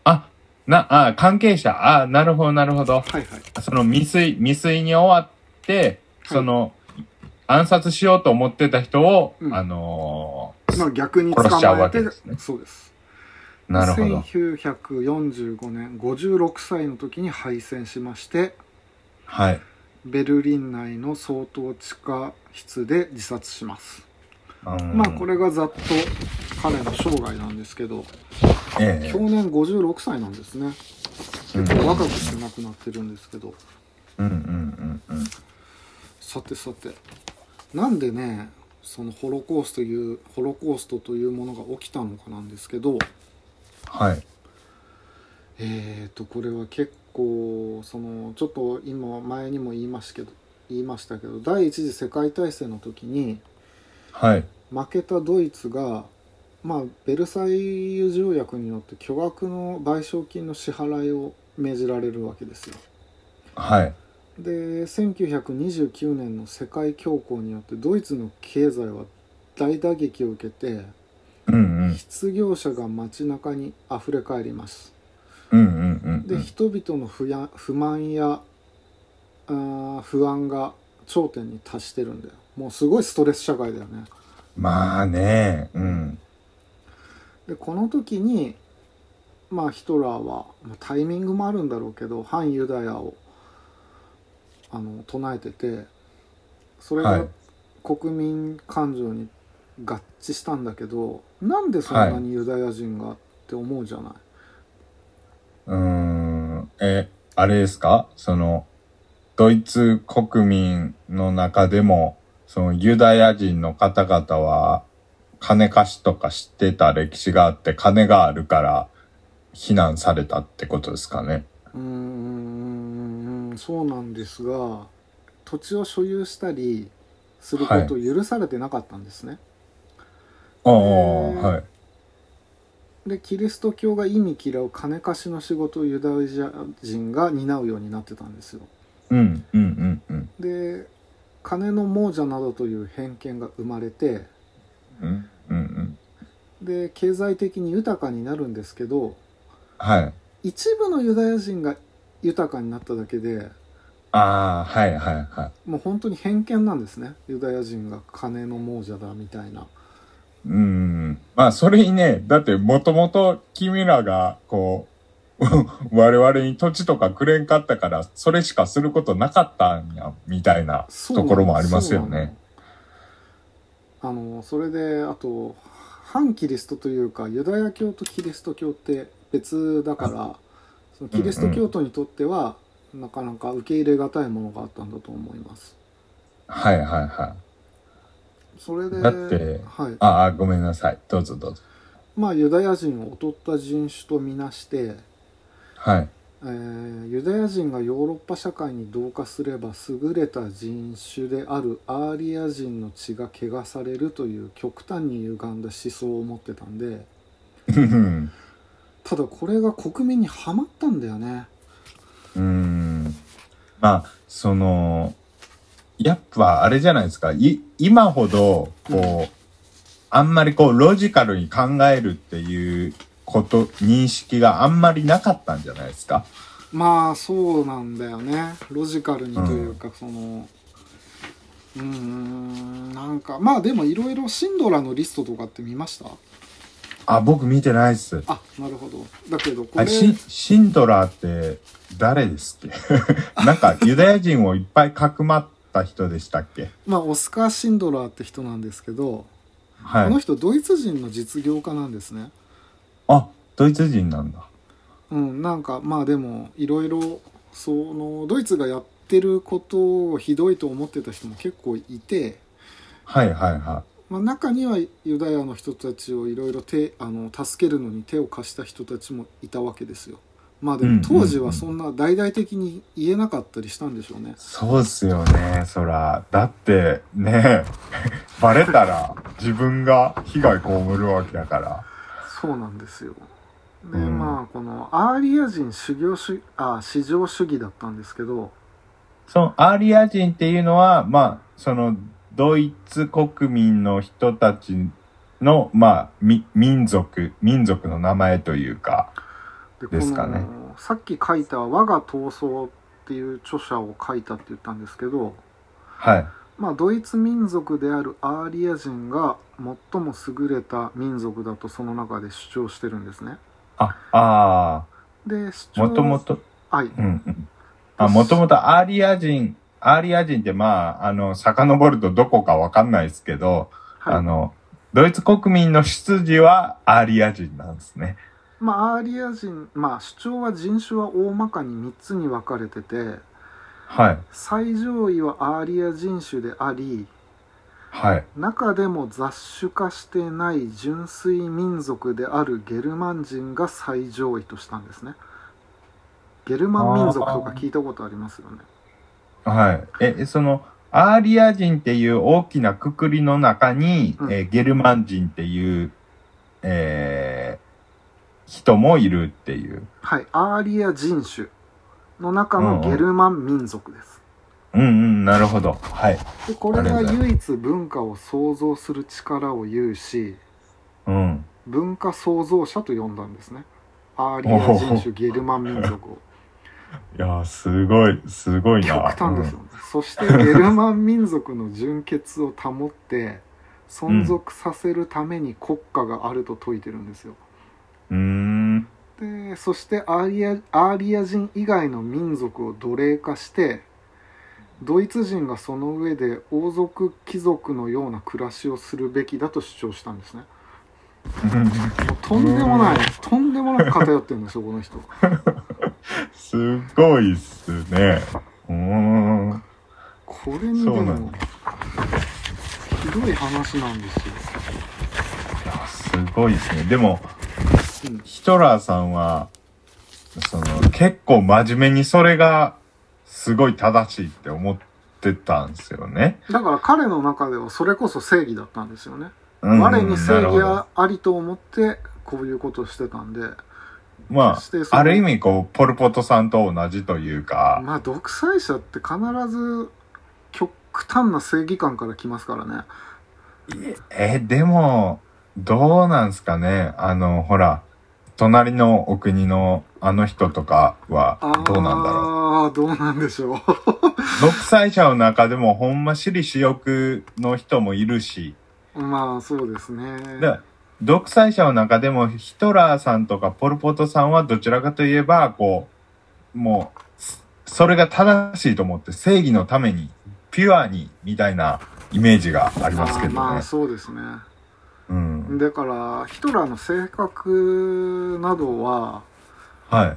[SPEAKER 2] あ、な、あ、関係者。あ、なるほど、なるほど。
[SPEAKER 1] はいはい
[SPEAKER 2] その未遂、未遂に終わって、その、暗殺しようと思ってた人を、
[SPEAKER 1] うん
[SPEAKER 2] あの
[SPEAKER 1] まあ逆に捕
[SPEAKER 2] 殺しちゃう
[SPEAKER 1] まえ
[SPEAKER 2] わ
[SPEAKER 1] て
[SPEAKER 2] けですね
[SPEAKER 1] そうです
[SPEAKER 2] ー、なるほど。
[SPEAKER 1] 1945年56歳の時に敗戦しまして
[SPEAKER 2] はい。
[SPEAKER 1] ベルリン内の相当地下室で自殺します、
[SPEAKER 2] ま
[SPEAKER 1] まあこれがざっと彼の生涯なんですけど
[SPEAKER 2] え
[SPEAKER 1] 去年56歳なんですね
[SPEAKER 2] えうん
[SPEAKER 1] 結構若くして亡くなってるんですけど
[SPEAKER 2] うんうんうんうん。
[SPEAKER 1] さてさてなんでねそのホロコーストというホロコーストというものが起きたのかなんですけど
[SPEAKER 2] はい。
[SPEAKER 1] えーとこれは結構そのちょっと今前にも言いましたけど言いましたけど第一次世界大戦の時に
[SPEAKER 2] はい。
[SPEAKER 1] 負けたドイツがまあベルサイユ条約によって巨額の賠償金の支払いを命じられるわけですよ。
[SPEAKER 2] はい。
[SPEAKER 1] で1929年の世界恐慌によってドイツの経済は大打撃を受けて
[SPEAKER 2] うんうん。
[SPEAKER 1] 失業者が街中にあふれ返ります
[SPEAKER 2] うんうんうんう
[SPEAKER 1] で
[SPEAKER 2] ん。
[SPEAKER 1] 人々の不や不満やあー不安が頂点に達してるんだよもうすごいストレス社会だよね
[SPEAKER 2] まあね、うん。
[SPEAKER 1] でこの時にまあヒトラーはまあタイミングもあるんだろうけど反ユダヤをあの唱えててそれ
[SPEAKER 2] は
[SPEAKER 1] が
[SPEAKER 2] い
[SPEAKER 1] 国民感情に合致したんだけど、なんでそんなにユダヤ人がって思うじゃない、
[SPEAKER 2] うーん。え、あれですかその、ドイツ国民の中でも、そのユダヤ人の方々は、金貸しとか知ってた歴史があって、金があるから、避難されたってことですかね。
[SPEAKER 1] うーんそうなんですが土地を所有したりすることを許されてなかったんですね、
[SPEAKER 2] ああ、
[SPEAKER 1] ー
[SPEAKER 2] はい。
[SPEAKER 1] でキリスト教が意味嫌う金貸しの仕事をユダヤ人が担うようになってたんですよ
[SPEAKER 2] うん、うん、うん、
[SPEAKER 1] で金の亡者などという偏見が生まれて
[SPEAKER 2] うん。うん、うん、うん。
[SPEAKER 1] で経済的に豊かになるんですけど
[SPEAKER 2] はい。
[SPEAKER 1] 一部のユダヤ人が豊かになっただけで
[SPEAKER 2] ああ、はい、はい、は。
[SPEAKER 1] もう本当に偏見なんですねユダヤ人が金の亡者だみたいない
[SPEAKER 2] うん。まあ、それにね、だって、もともと君らが、こう、 我々に土地とかくれんかったから、それしかすることなかったんや、みたいな
[SPEAKER 1] そうな
[SPEAKER 2] と
[SPEAKER 1] の
[SPEAKER 2] ころもありますよね。
[SPEAKER 1] そうなのあのそれであと反キリストというかユダヤ教とキリスト教って別だからそのキリスト教徒にとっては、なかなか受け入れがたいものがあったんだと思います
[SPEAKER 2] はい、はい、は
[SPEAKER 1] それで
[SPEAKER 2] だって
[SPEAKER 1] はい、
[SPEAKER 2] ああ、ごめんなさい。どうぞどうぞ。
[SPEAKER 1] まあユダヤ人を劣った人種とみなして、
[SPEAKER 2] はい。
[SPEAKER 1] えーユダヤ人がヨーロッパ社会に同化すれば優れた人種であるアーリア人の血が汚されるという極端に歪んだ思想を持ってたんで
[SPEAKER 2] うん
[SPEAKER 1] ただこれが国民にはまったんだよね
[SPEAKER 2] うーんまあそのやっぱあれじゃないですかい今ほどこう、あんまりこうロジカルに考えるっていうこと認識があんまりなかったんじゃないですか
[SPEAKER 1] まあそうなんだよねロジカルにというか、そのうーんなんかまあでもいろいろシンドラのリストとかって見ました
[SPEAKER 2] あ僕見てないっす
[SPEAKER 1] あなるほどだけどこ
[SPEAKER 2] あ
[SPEAKER 1] れ
[SPEAKER 2] シンシンドラーって誰ですっけ なんかユダヤ人をいっぱいかくまった人でしたっけ
[SPEAKER 1] まあオスカー・シンドラーって人なんですけど、こ
[SPEAKER 2] は
[SPEAKER 1] の
[SPEAKER 2] い
[SPEAKER 1] 人ドイツ人の実業家なんですね
[SPEAKER 2] あドイツ人なんだ
[SPEAKER 1] うんなんかまあでもいろいろそのドイツがやってることをひどいと思ってた人も結構いて
[SPEAKER 2] はいはいは
[SPEAKER 1] まあ、中にはユダヤの人たちをいろいろ手あの助けるのに手を貸した人たちもいたわけですよまあで
[SPEAKER 2] うんうんう
[SPEAKER 1] も
[SPEAKER 2] ん
[SPEAKER 1] 当時はそんな大々的に言えなかったりしたんでしょうね
[SPEAKER 2] そうっすよね、そら。だって、ね バレたら自分が被害被るわけだから。
[SPEAKER 1] そうなんですよで
[SPEAKER 2] うん
[SPEAKER 1] まあこのアーリア人修行主あ至上主義だったんですけど
[SPEAKER 2] そのアーリア人っていうのは、まあ、そのドイツ国民の人たちの、まあ、み民族、民族の名前というか。
[SPEAKER 1] で
[SPEAKER 2] ですかね
[SPEAKER 1] このさっき書いた「我が闘争」っていう著者を書いたって言ったんですけど
[SPEAKER 2] はい。
[SPEAKER 1] まあ、ドイツ民族であるアーリア人が最も優れた民族だとその中で主張してるんですね。
[SPEAKER 2] あ、あ
[SPEAKER 1] で主張
[SPEAKER 2] あ、もともと、
[SPEAKER 1] はい
[SPEAKER 2] うんうん。あ、もともとアーリア人、アーリア人ってまあ、あの、遡るとどこかわかんないですけど、あ
[SPEAKER 1] はい
[SPEAKER 2] の、ドイツ国民の出自はアーリア人なんですね。
[SPEAKER 1] まあ、アーリア人、まあ、主張は人種は大まかに3つに分かれてて
[SPEAKER 2] はい。
[SPEAKER 1] 最上位はアーリア人種であり
[SPEAKER 2] はい。
[SPEAKER 1] 中でも雑種化してない純粋民族であるゲルマン人が最上位としたんですね。ゲルマン民族とか聞いたことありますよね。
[SPEAKER 2] はい。え、その、アーリア人っていう大きなくくりの中に、
[SPEAKER 1] うん
[SPEAKER 2] えーゲルマン人っていう、えー人もいるっていう。
[SPEAKER 1] はい、アーリア人種の中のゲルマン民族です。
[SPEAKER 2] うんうん、なるほど。はい。
[SPEAKER 1] でこれ
[SPEAKER 2] あ
[SPEAKER 1] が
[SPEAKER 2] りがとうござ
[SPEAKER 1] 唯一文化を創造する力を有し
[SPEAKER 2] うん。
[SPEAKER 1] 文化創造者と呼んだんですねアーリア人種ゲルマン民族を
[SPEAKER 2] いやー、すごい、すごい
[SPEAKER 1] 極
[SPEAKER 2] な。
[SPEAKER 1] 端ですよね、そしてゲルマン民族の純血を保って存続させるために国家があると説いてるんですよ
[SPEAKER 2] うん。うーん。
[SPEAKER 1] でそしてアーリアアーリア人以外の民族を奴隷化してドイツ人がその上で王族貴族のような暮らしをするべきだと主張したんです ねもうとんでもないとんでもなく偏ってるんですよこの人
[SPEAKER 2] すごいっすね。うーん。
[SPEAKER 1] これにで
[SPEAKER 2] そう
[SPEAKER 1] も
[SPEAKER 2] なんだ
[SPEAKER 1] ひどい話なんですよ、
[SPEAKER 2] いやすごいですね。でも、
[SPEAKER 1] うん
[SPEAKER 2] ヒトラーさんは、その、結構真面目にそれが、すごい正しいって思ってたんですよね。
[SPEAKER 1] だから彼の中ではそれこそ正義だったんですよね、
[SPEAKER 2] うん
[SPEAKER 1] 我に正義。
[SPEAKER 2] なるほど
[SPEAKER 1] ありと思ってこういうことをしてたんで
[SPEAKER 2] ま
[SPEAKER 1] してそ
[SPEAKER 2] あ、
[SPEAKER 1] の
[SPEAKER 2] ある意味、こう、ポルポトさんと同じというか、
[SPEAKER 1] まあ独裁者って必ず極端な正義感から来ますからね
[SPEAKER 2] え、でも、どうなんすかねあの、ほら、隣のお国のあの人とかは
[SPEAKER 1] ああ
[SPEAKER 2] どうなんだろう。
[SPEAKER 1] うどうなんでしょう
[SPEAKER 2] 独裁者の中でもほんま私利私欲の人もいるし、
[SPEAKER 1] まあそう ですね
[SPEAKER 2] で独裁者の中でもヒトラーさんとかポル・ポトさんはどちらかといえばこうもうそそれが正しいと思って正義のためにピュアにみたいなイメージがありますけど
[SPEAKER 1] あーま
[SPEAKER 2] ね
[SPEAKER 1] あ。そうですね
[SPEAKER 2] うん、
[SPEAKER 1] だからヒトラーの性格などは
[SPEAKER 2] はい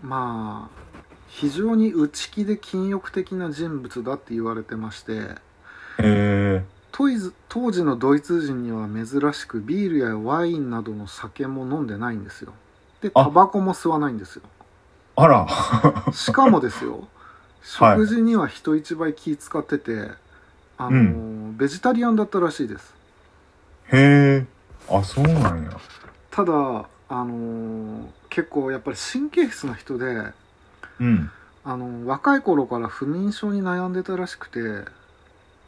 [SPEAKER 1] まあ非常に内気で禁欲的な人物だって言われてまして
[SPEAKER 2] えー
[SPEAKER 1] 当時当時のドイツ人には珍しくビールやワインなどの酒も飲んでないんですよで
[SPEAKER 2] あ
[SPEAKER 1] タバコも吸わないんですよ
[SPEAKER 2] あら。
[SPEAKER 1] しかもですよ
[SPEAKER 2] はい
[SPEAKER 1] 食事には人一倍気使っててあの、
[SPEAKER 2] う
[SPEAKER 1] ベジタリアンだったらしいです
[SPEAKER 2] へえ。あ、そうなんや。
[SPEAKER 1] ただあの結構やっぱり神経質な人で
[SPEAKER 2] うん。
[SPEAKER 1] あの若い頃から不眠症に悩んでたらしくて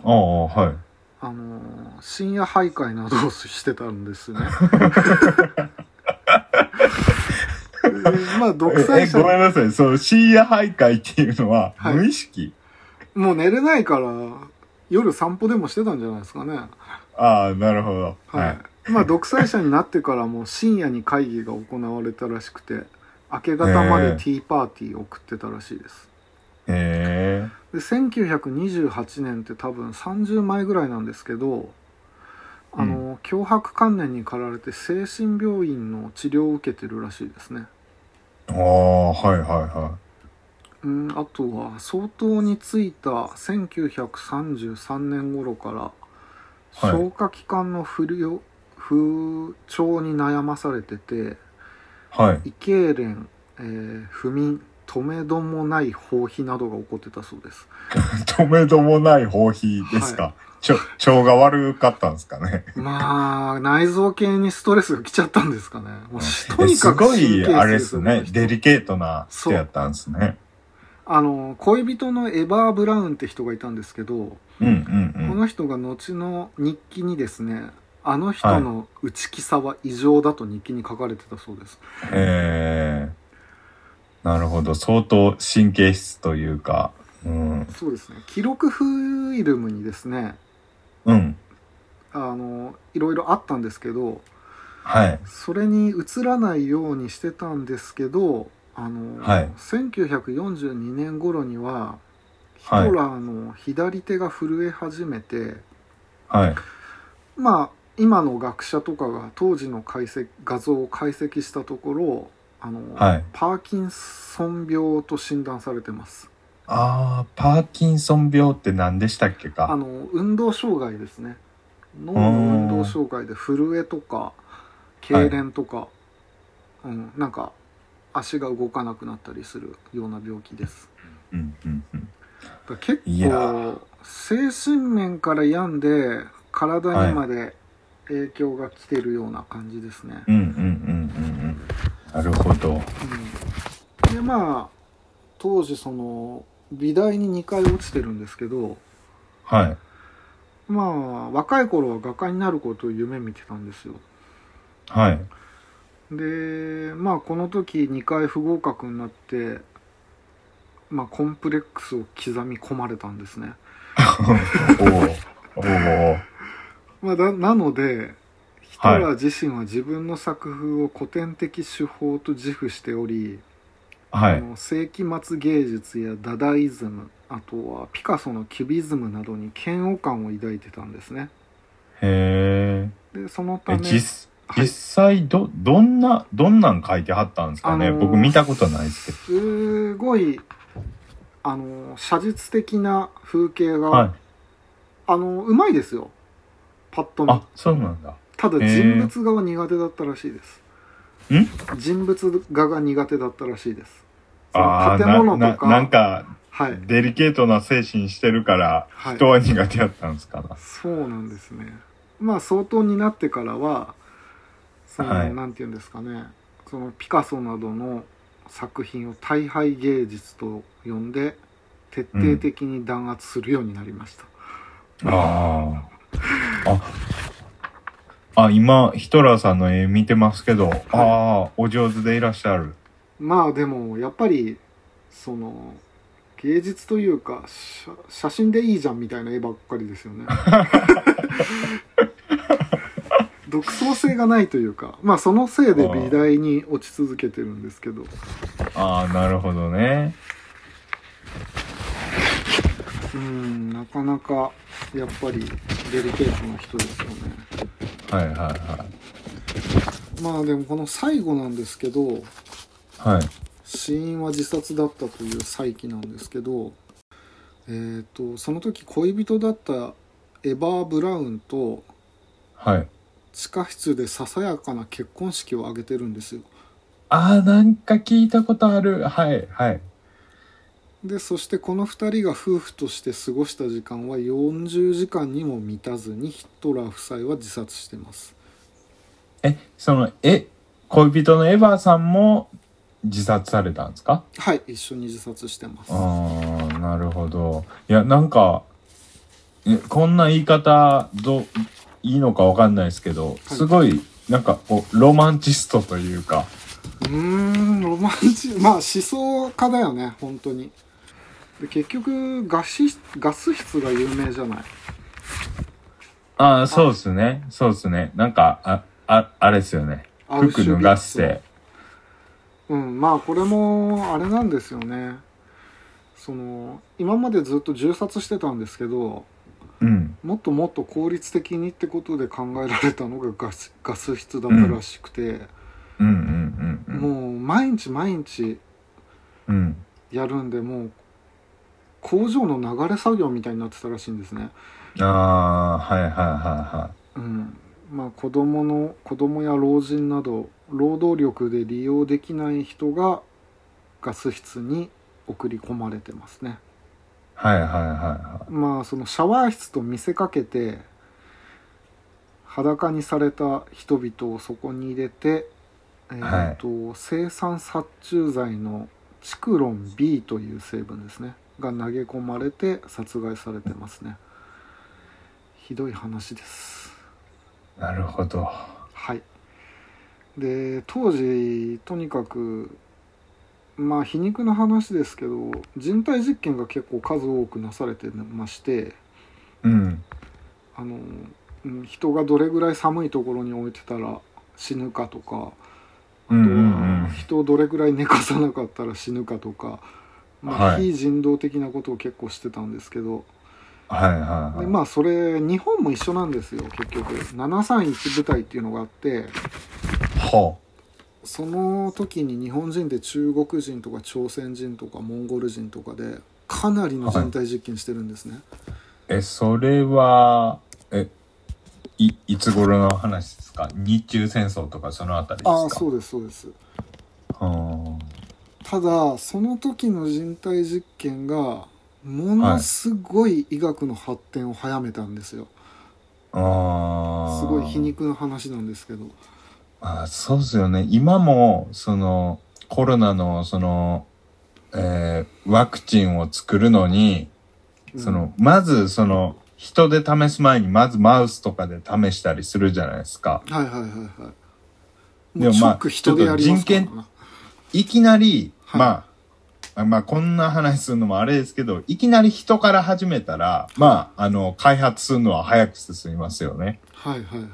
[SPEAKER 2] ああ、はい。
[SPEAKER 1] あの深夜徘徊などをしてたんですね でまあ独
[SPEAKER 2] え、え
[SPEAKER 1] 裁者
[SPEAKER 2] ごめんなさい。そう、深夜徘徊っていうのは、
[SPEAKER 1] はい
[SPEAKER 2] 無意識、
[SPEAKER 1] もう寝れないから夜散歩でもしてたんじゃないですかねは
[SPEAKER 2] ああ、なるほど。
[SPEAKER 1] い、まあ独裁者になってからもう深夜に会議が行われたらしくて明け方までティーパーティーを送ってたらしいです
[SPEAKER 2] へえ。
[SPEAKER 1] で1928年って多分30枚ぐらいなんですけどあの、脅迫観念に駆られて精神病院の治療を受けてるらしいですね
[SPEAKER 2] ああ、はいはいは
[SPEAKER 1] うんあとは相当についた1933年頃から
[SPEAKER 2] い
[SPEAKER 1] 消化器官の不良、不調に悩まされてて
[SPEAKER 2] い。はい。
[SPEAKER 1] 胃痙攣、えー不眠止めどもない放費などが起こってたそうです
[SPEAKER 2] 止めどもない放費ですか、ちょ腸が悪かったんですかね
[SPEAKER 1] まあ、内臓系にストレスが来ちゃったんですかね。もうし と
[SPEAKER 2] え
[SPEAKER 1] に
[SPEAKER 2] す
[SPEAKER 1] かく
[SPEAKER 2] ご
[SPEAKER 1] 神経質
[SPEAKER 2] い、
[SPEAKER 1] よ
[SPEAKER 2] あれですね
[SPEAKER 1] この。人
[SPEAKER 2] デリケートな人やったんですね。
[SPEAKER 1] あの、恋人のエバー・ブラウンって人がいたんですけど、
[SPEAKER 2] うんう
[SPEAKER 1] こ
[SPEAKER 2] んうん。
[SPEAKER 1] の人が後の日記にですね、あの人の内気さは異常だと日記に書かれてたそうです。
[SPEAKER 2] えー、なるほど。相当神経質というか、うん。
[SPEAKER 1] そうですね。記録フィルムにですね、
[SPEAKER 2] うん。
[SPEAKER 1] あの、いろいろあったんですけど、
[SPEAKER 2] はい。
[SPEAKER 1] それに映らないようにしてたんですけどあの、
[SPEAKER 2] はい
[SPEAKER 1] 1942年頃にはヒト
[SPEAKER 2] は
[SPEAKER 1] ラ
[SPEAKER 2] い
[SPEAKER 1] ーの左手が震え始めて、
[SPEAKER 2] はい。
[SPEAKER 1] まあ今の学者とかが当時の解析画像を解析したところあの、
[SPEAKER 2] はい
[SPEAKER 1] パーキンソン病と診断されてます
[SPEAKER 2] あー、パーキンソン病って何でしたっけ
[SPEAKER 1] あ
[SPEAKER 2] か
[SPEAKER 1] の運動障害ですね脳の運動障害で震えとか痙攣とか、うん、なんか足が動かなくなったりするような病気です
[SPEAKER 2] うんうんうん。
[SPEAKER 1] だから結
[SPEAKER 2] いや
[SPEAKER 1] 構精神面から病んで体にまで影響が来てるような感じですね、
[SPEAKER 2] うんうんうんうんうん。なるほど。
[SPEAKER 1] うん、でまあ当時その美大に2回落ちてるんですけど
[SPEAKER 2] はい。
[SPEAKER 1] まあ若い頃は画家になることを夢見てたんですよ
[SPEAKER 2] はい。
[SPEAKER 1] でまあこの時2回不合格になってまあコンプレックスを刻み込まれたんですね、
[SPEAKER 2] おー。おー。
[SPEAKER 1] まあ、だなのでヒトラー自身は自分の作風を古典的手法と自負しており、
[SPEAKER 2] は
[SPEAKER 1] あ
[SPEAKER 2] い。
[SPEAKER 1] の世紀末芸術やダダイズムあとはピカソのキュビズムなどに嫌悪感を抱いてたんですね
[SPEAKER 2] へー。
[SPEAKER 1] でそのた
[SPEAKER 2] え
[SPEAKER 1] め
[SPEAKER 2] 実
[SPEAKER 1] はい
[SPEAKER 2] 実際ど、どんな、どんなん書いてはったんですかね、
[SPEAKER 1] あのー
[SPEAKER 2] 僕見たことないですけど。
[SPEAKER 1] すごいあの写実的な風景が、
[SPEAKER 2] はい。
[SPEAKER 1] あのうまいですよパッと見
[SPEAKER 2] あ、そうなんだ。
[SPEAKER 1] ただ
[SPEAKER 2] へー
[SPEAKER 1] 人物画は苦手だったらしいです
[SPEAKER 2] ん
[SPEAKER 1] 人物画が苦手だったらしいですそ
[SPEAKER 2] あ
[SPEAKER 1] の
[SPEAKER 2] あ、
[SPEAKER 1] 建
[SPEAKER 2] な
[SPEAKER 1] 物
[SPEAKER 2] な
[SPEAKER 1] とか
[SPEAKER 2] なんか、
[SPEAKER 1] はい
[SPEAKER 2] デリケートな精神してるから、
[SPEAKER 1] はい
[SPEAKER 2] 人は苦手やったんですかな。
[SPEAKER 1] そうなんですねまあ相当になってからはその、
[SPEAKER 2] はい
[SPEAKER 1] なんて言うんですかねそのピカソなどの作品を大敗芸術と呼んで徹底的に弾圧するようになりました、
[SPEAKER 2] ああ。あ、あ、今、ヒトラーさんの絵見てますけど、ああ、お上手でいらっしゃる。
[SPEAKER 1] まあでもやっぱりその芸術というか写写真でいいじゃんみたいな絵ばっかりですよね独創性がないというかまあそのせいで美大に落ち続けてるんですけど
[SPEAKER 2] ああ、なるほどね。
[SPEAKER 1] うんなかなかやっぱりデリケートな人ですよね
[SPEAKER 2] はいはいはい。
[SPEAKER 1] まあでもこの最後なんですけど
[SPEAKER 2] はい。
[SPEAKER 1] 死因は自殺だったという再起なんですけどえっ、とその時恋人だったエバー・ブラウンと
[SPEAKER 2] はい。
[SPEAKER 1] 地下室でささやかな結婚式を挙げてるんですよ
[SPEAKER 2] ああ、なんか聞いたことある。はい、はい。
[SPEAKER 1] でそしてこの2人が夫婦として過ごした時間は40時間にも満たずにヒットラー夫妻は自殺してます
[SPEAKER 2] え、その、え、恋人のエヴァーさんも自殺されたんですか
[SPEAKER 1] はい一緒に自殺してます
[SPEAKER 2] ああ、なるほど。いや、なんか、えこんな言い方、どう、いいのかわかんないですけど、
[SPEAKER 1] はい
[SPEAKER 2] すごい、なんかこう、ロマンチストというか、
[SPEAKER 1] うーんロマンチ まあ思想家だよね本当にで結局ガス室ガス室が有名じゃない
[SPEAKER 2] ああ、そうですね。そうですね。なんか、あ、あ、あれですよね。
[SPEAKER 1] アウシ
[SPEAKER 2] 服
[SPEAKER 1] ュビッツ
[SPEAKER 2] 脱がして。
[SPEAKER 1] うんまあこれもあれなんですよねその今までずっと銃殺してたんですけど
[SPEAKER 2] うん。
[SPEAKER 1] もっともっと効率的にってことで考えられたのが ガスガス室だったらしくて、
[SPEAKER 2] うんうんうんうん。
[SPEAKER 1] もう毎日毎日
[SPEAKER 2] うん。
[SPEAKER 1] やるんでもう工場の流れ作業みたいになってたらしいんですね
[SPEAKER 2] ああ、はいはいはいはい。
[SPEAKER 1] うんまあ子供の子供や老人など労働力で利用できない人がガス室に送り込まれてますね
[SPEAKER 2] はいはいはいは
[SPEAKER 1] まあそのシャワー室と見せかけて裸にされた人々をそこに入れて、えーと生産殺虫剤のチクロン B という成分ですねが投げ込まれて殺害されてますねひどい話です
[SPEAKER 2] い。なるほど。
[SPEAKER 1] はいで当時とにかくまあ皮肉な話ですけど人体実験が結構数多くなされてまして
[SPEAKER 2] うん。
[SPEAKER 1] あのうん人がどれぐらい寒いところに置いてたら死ぬかとか
[SPEAKER 2] う
[SPEAKER 1] あ
[SPEAKER 2] ん
[SPEAKER 1] と
[SPEAKER 2] う
[SPEAKER 1] は
[SPEAKER 2] んうん。
[SPEAKER 1] 人をどれぐらい寝かさなかったら死ぬかとか、まあ、
[SPEAKER 2] はい
[SPEAKER 1] 非人道的なことを結構してたんですけど、
[SPEAKER 2] はいはいはい。
[SPEAKER 1] でまあそれ日本も一緒なんですよ結局731部隊っていうのがあって
[SPEAKER 2] は
[SPEAKER 1] その時に日本人で中国人とか朝鮮人とかモンゴル人とかでかなりの人体実験してるんですね、
[SPEAKER 2] あ。え、それは、え、い、いつ頃の話ですか日中戦争とかそのあたりですか
[SPEAKER 1] ああそうですそうです
[SPEAKER 2] は
[SPEAKER 1] ただその時の人体実験がものすごい医学の発展を早めたんですよ、
[SPEAKER 2] あああ。
[SPEAKER 1] すごい皮肉な話なんですけど
[SPEAKER 2] あそうですよね。今も、その、コロナの、その、えーワクチンを作るのに、その、まず、その、人で試す前に、まずマウスとかで試したりするじゃないですか。
[SPEAKER 1] はいはいはいはい
[SPEAKER 2] で
[SPEAKER 1] もう
[SPEAKER 2] も
[SPEAKER 1] ショ
[SPEAKER 2] まあ
[SPEAKER 1] ック人でやりますから
[SPEAKER 2] ちょっといきなり、
[SPEAKER 1] はい
[SPEAKER 2] まあ、あまあ、こんな話するのもあれですけど、いきなり人から始めたら、まあ、あの、開発するのは早く進みますよね。
[SPEAKER 1] はいはいはい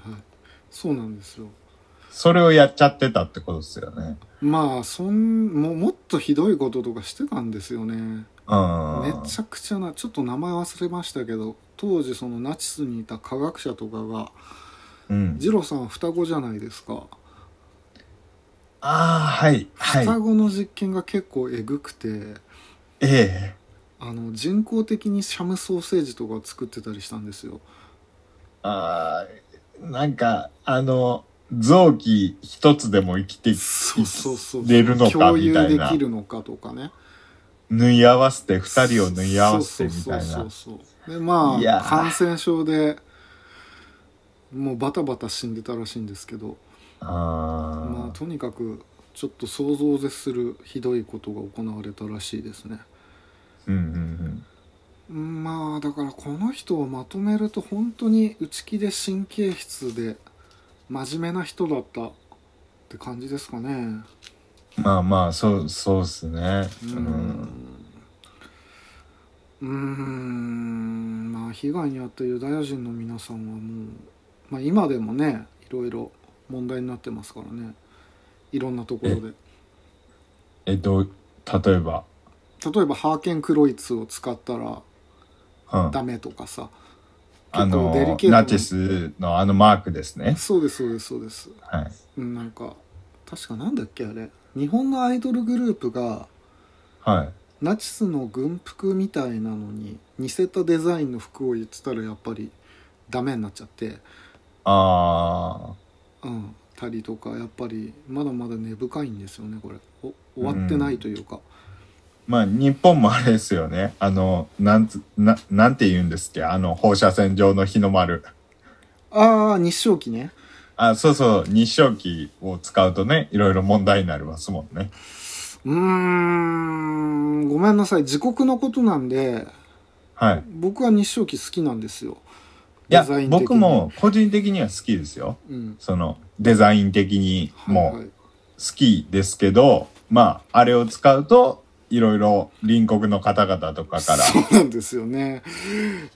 [SPEAKER 1] そうなんですよ
[SPEAKER 2] それをやっちゃってたってことですよね。
[SPEAKER 1] まあそんもうもっとひどいこととかしてたんですよね
[SPEAKER 2] うん。
[SPEAKER 1] めちゃくちゃなちょっと名前忘れましたけど当時そのナチスにいた科学者とかが
[SPEAKER 2] うん。
[SPEAKER 1] ジロさん双子じゃないですか、
[SPEAKER 2] ああ、はい、はい。
[SPEAKER 1] 双子の実験が結構えぐくて、
[SPEAKER 2] ええ
[SPEAKER 1] あの人工的にシャムソーセージとかを作ってたりしたんですよ
[SPEAKER 2] ああ、なんか、あの、臓器一つでも生きて、
[SPEAKER 1] そうそうそう
[SPEAKER 2] 出るのか
[SPEAKER 1] 共有
[SPEAKER 2] みたいな
[SPEAKER 1] できるのかとかね
[SPEAKER 2] 縫い合わせて、二人を縫い合わせてみたい
[SPEAKER 1] そ
[SPEAKER 2] な
[SPEAKER 1] う。そうそうそうでま
[SPEAKER 2] いや
[SPEAKER 1] あ
[SPEAKER 2] ー
[SPEAKER 1] 感染症でもうバタバタ死んでたらしいんですけどま
[SPEAKER 2] あ
[SPEAKER 1] あとにかくちょっと想像を絶するひどいことが行われたらしいですね
[SPEAKER 2] あ、うんうん
[SPEAKER 1] うんまあだからこの人をまとめると本当に内気で神経質で真面目な人だったって感じですかね
[SPEAKER 2] うん。まあまあ、そう、そうですね。
[SPEAKER 1] う
[SPEAKER 2] うんん。
[SPEAKER 1] うーんまあ被害に遭ったユダヤ人の皆さんはもう、まあ、今でもねいろいろ問題になってますからねいろんなところで
[SPEAKER 2] え、どう、例えば、
[SPEAKER 1] 例えばハーケンクロイツを使ったら
[SPEAKER 2] うん、
[SPEAKER 1] ダメとかさ
[SPEAKER 2] あ
[SPEAKER 1] 結構デリケ
[SPEAKER 2] の
[SPEAKER 1] ート、な
[SPEAKER 2] ナチスのあのマークですね。
[SPEAKER 1] そうですそうですそうです
[SPEAKER 2] はい。
[SPEAKER 1] うんなんか確かなんだっけあれ日本のアイドルグループが
[SPEAKER 2] はい。
[SPEAKER 1] ナチスの軍服みたいなのに似せたデザインの服を言ってたらやっぱりダメになっちゃって、
[SPEAKER 2] あ
[SPEAKER 1] うん、たりとかやっぱりまだまだ根深いんですよねこれお終わってないというか、
[SPEAKER 2] ーまあ、日本もあれですよね。あの、なんつ、な、なんて言うんですっけあの、放射線上の日の丸。
[SPEAKER 1] ああ日照期ね
[SPEAKER 2] あ、そうそう、日照機を使うとね、いろいろ問題になりますもんね。
[SPEAKER 1] うーんごめんなさい自国のことなんで
[SPEAKER 2] はい。
[SPEAKER 1] 僕は日照期好きなんですよ
[SPEAKER 2] いや
[SPEAKER 1] デザイ、ン的に
[SPEAKER 2] 僕も個人的には好きですよ。
[SPEAKER 1] うん
[SPEAKER 2] その、デザイン的に
[SPEAKER 1] は
[SPEAKER 2] も
[SPEAKER 1] いは
[SPEAKER 2] う
[SPEAKER 1] い
[SPEAKER 2] 好きですけど、まあ、あれを使うと、いろいろ隣国の方々とかから、
[SPEAKER 1] そうなんですよね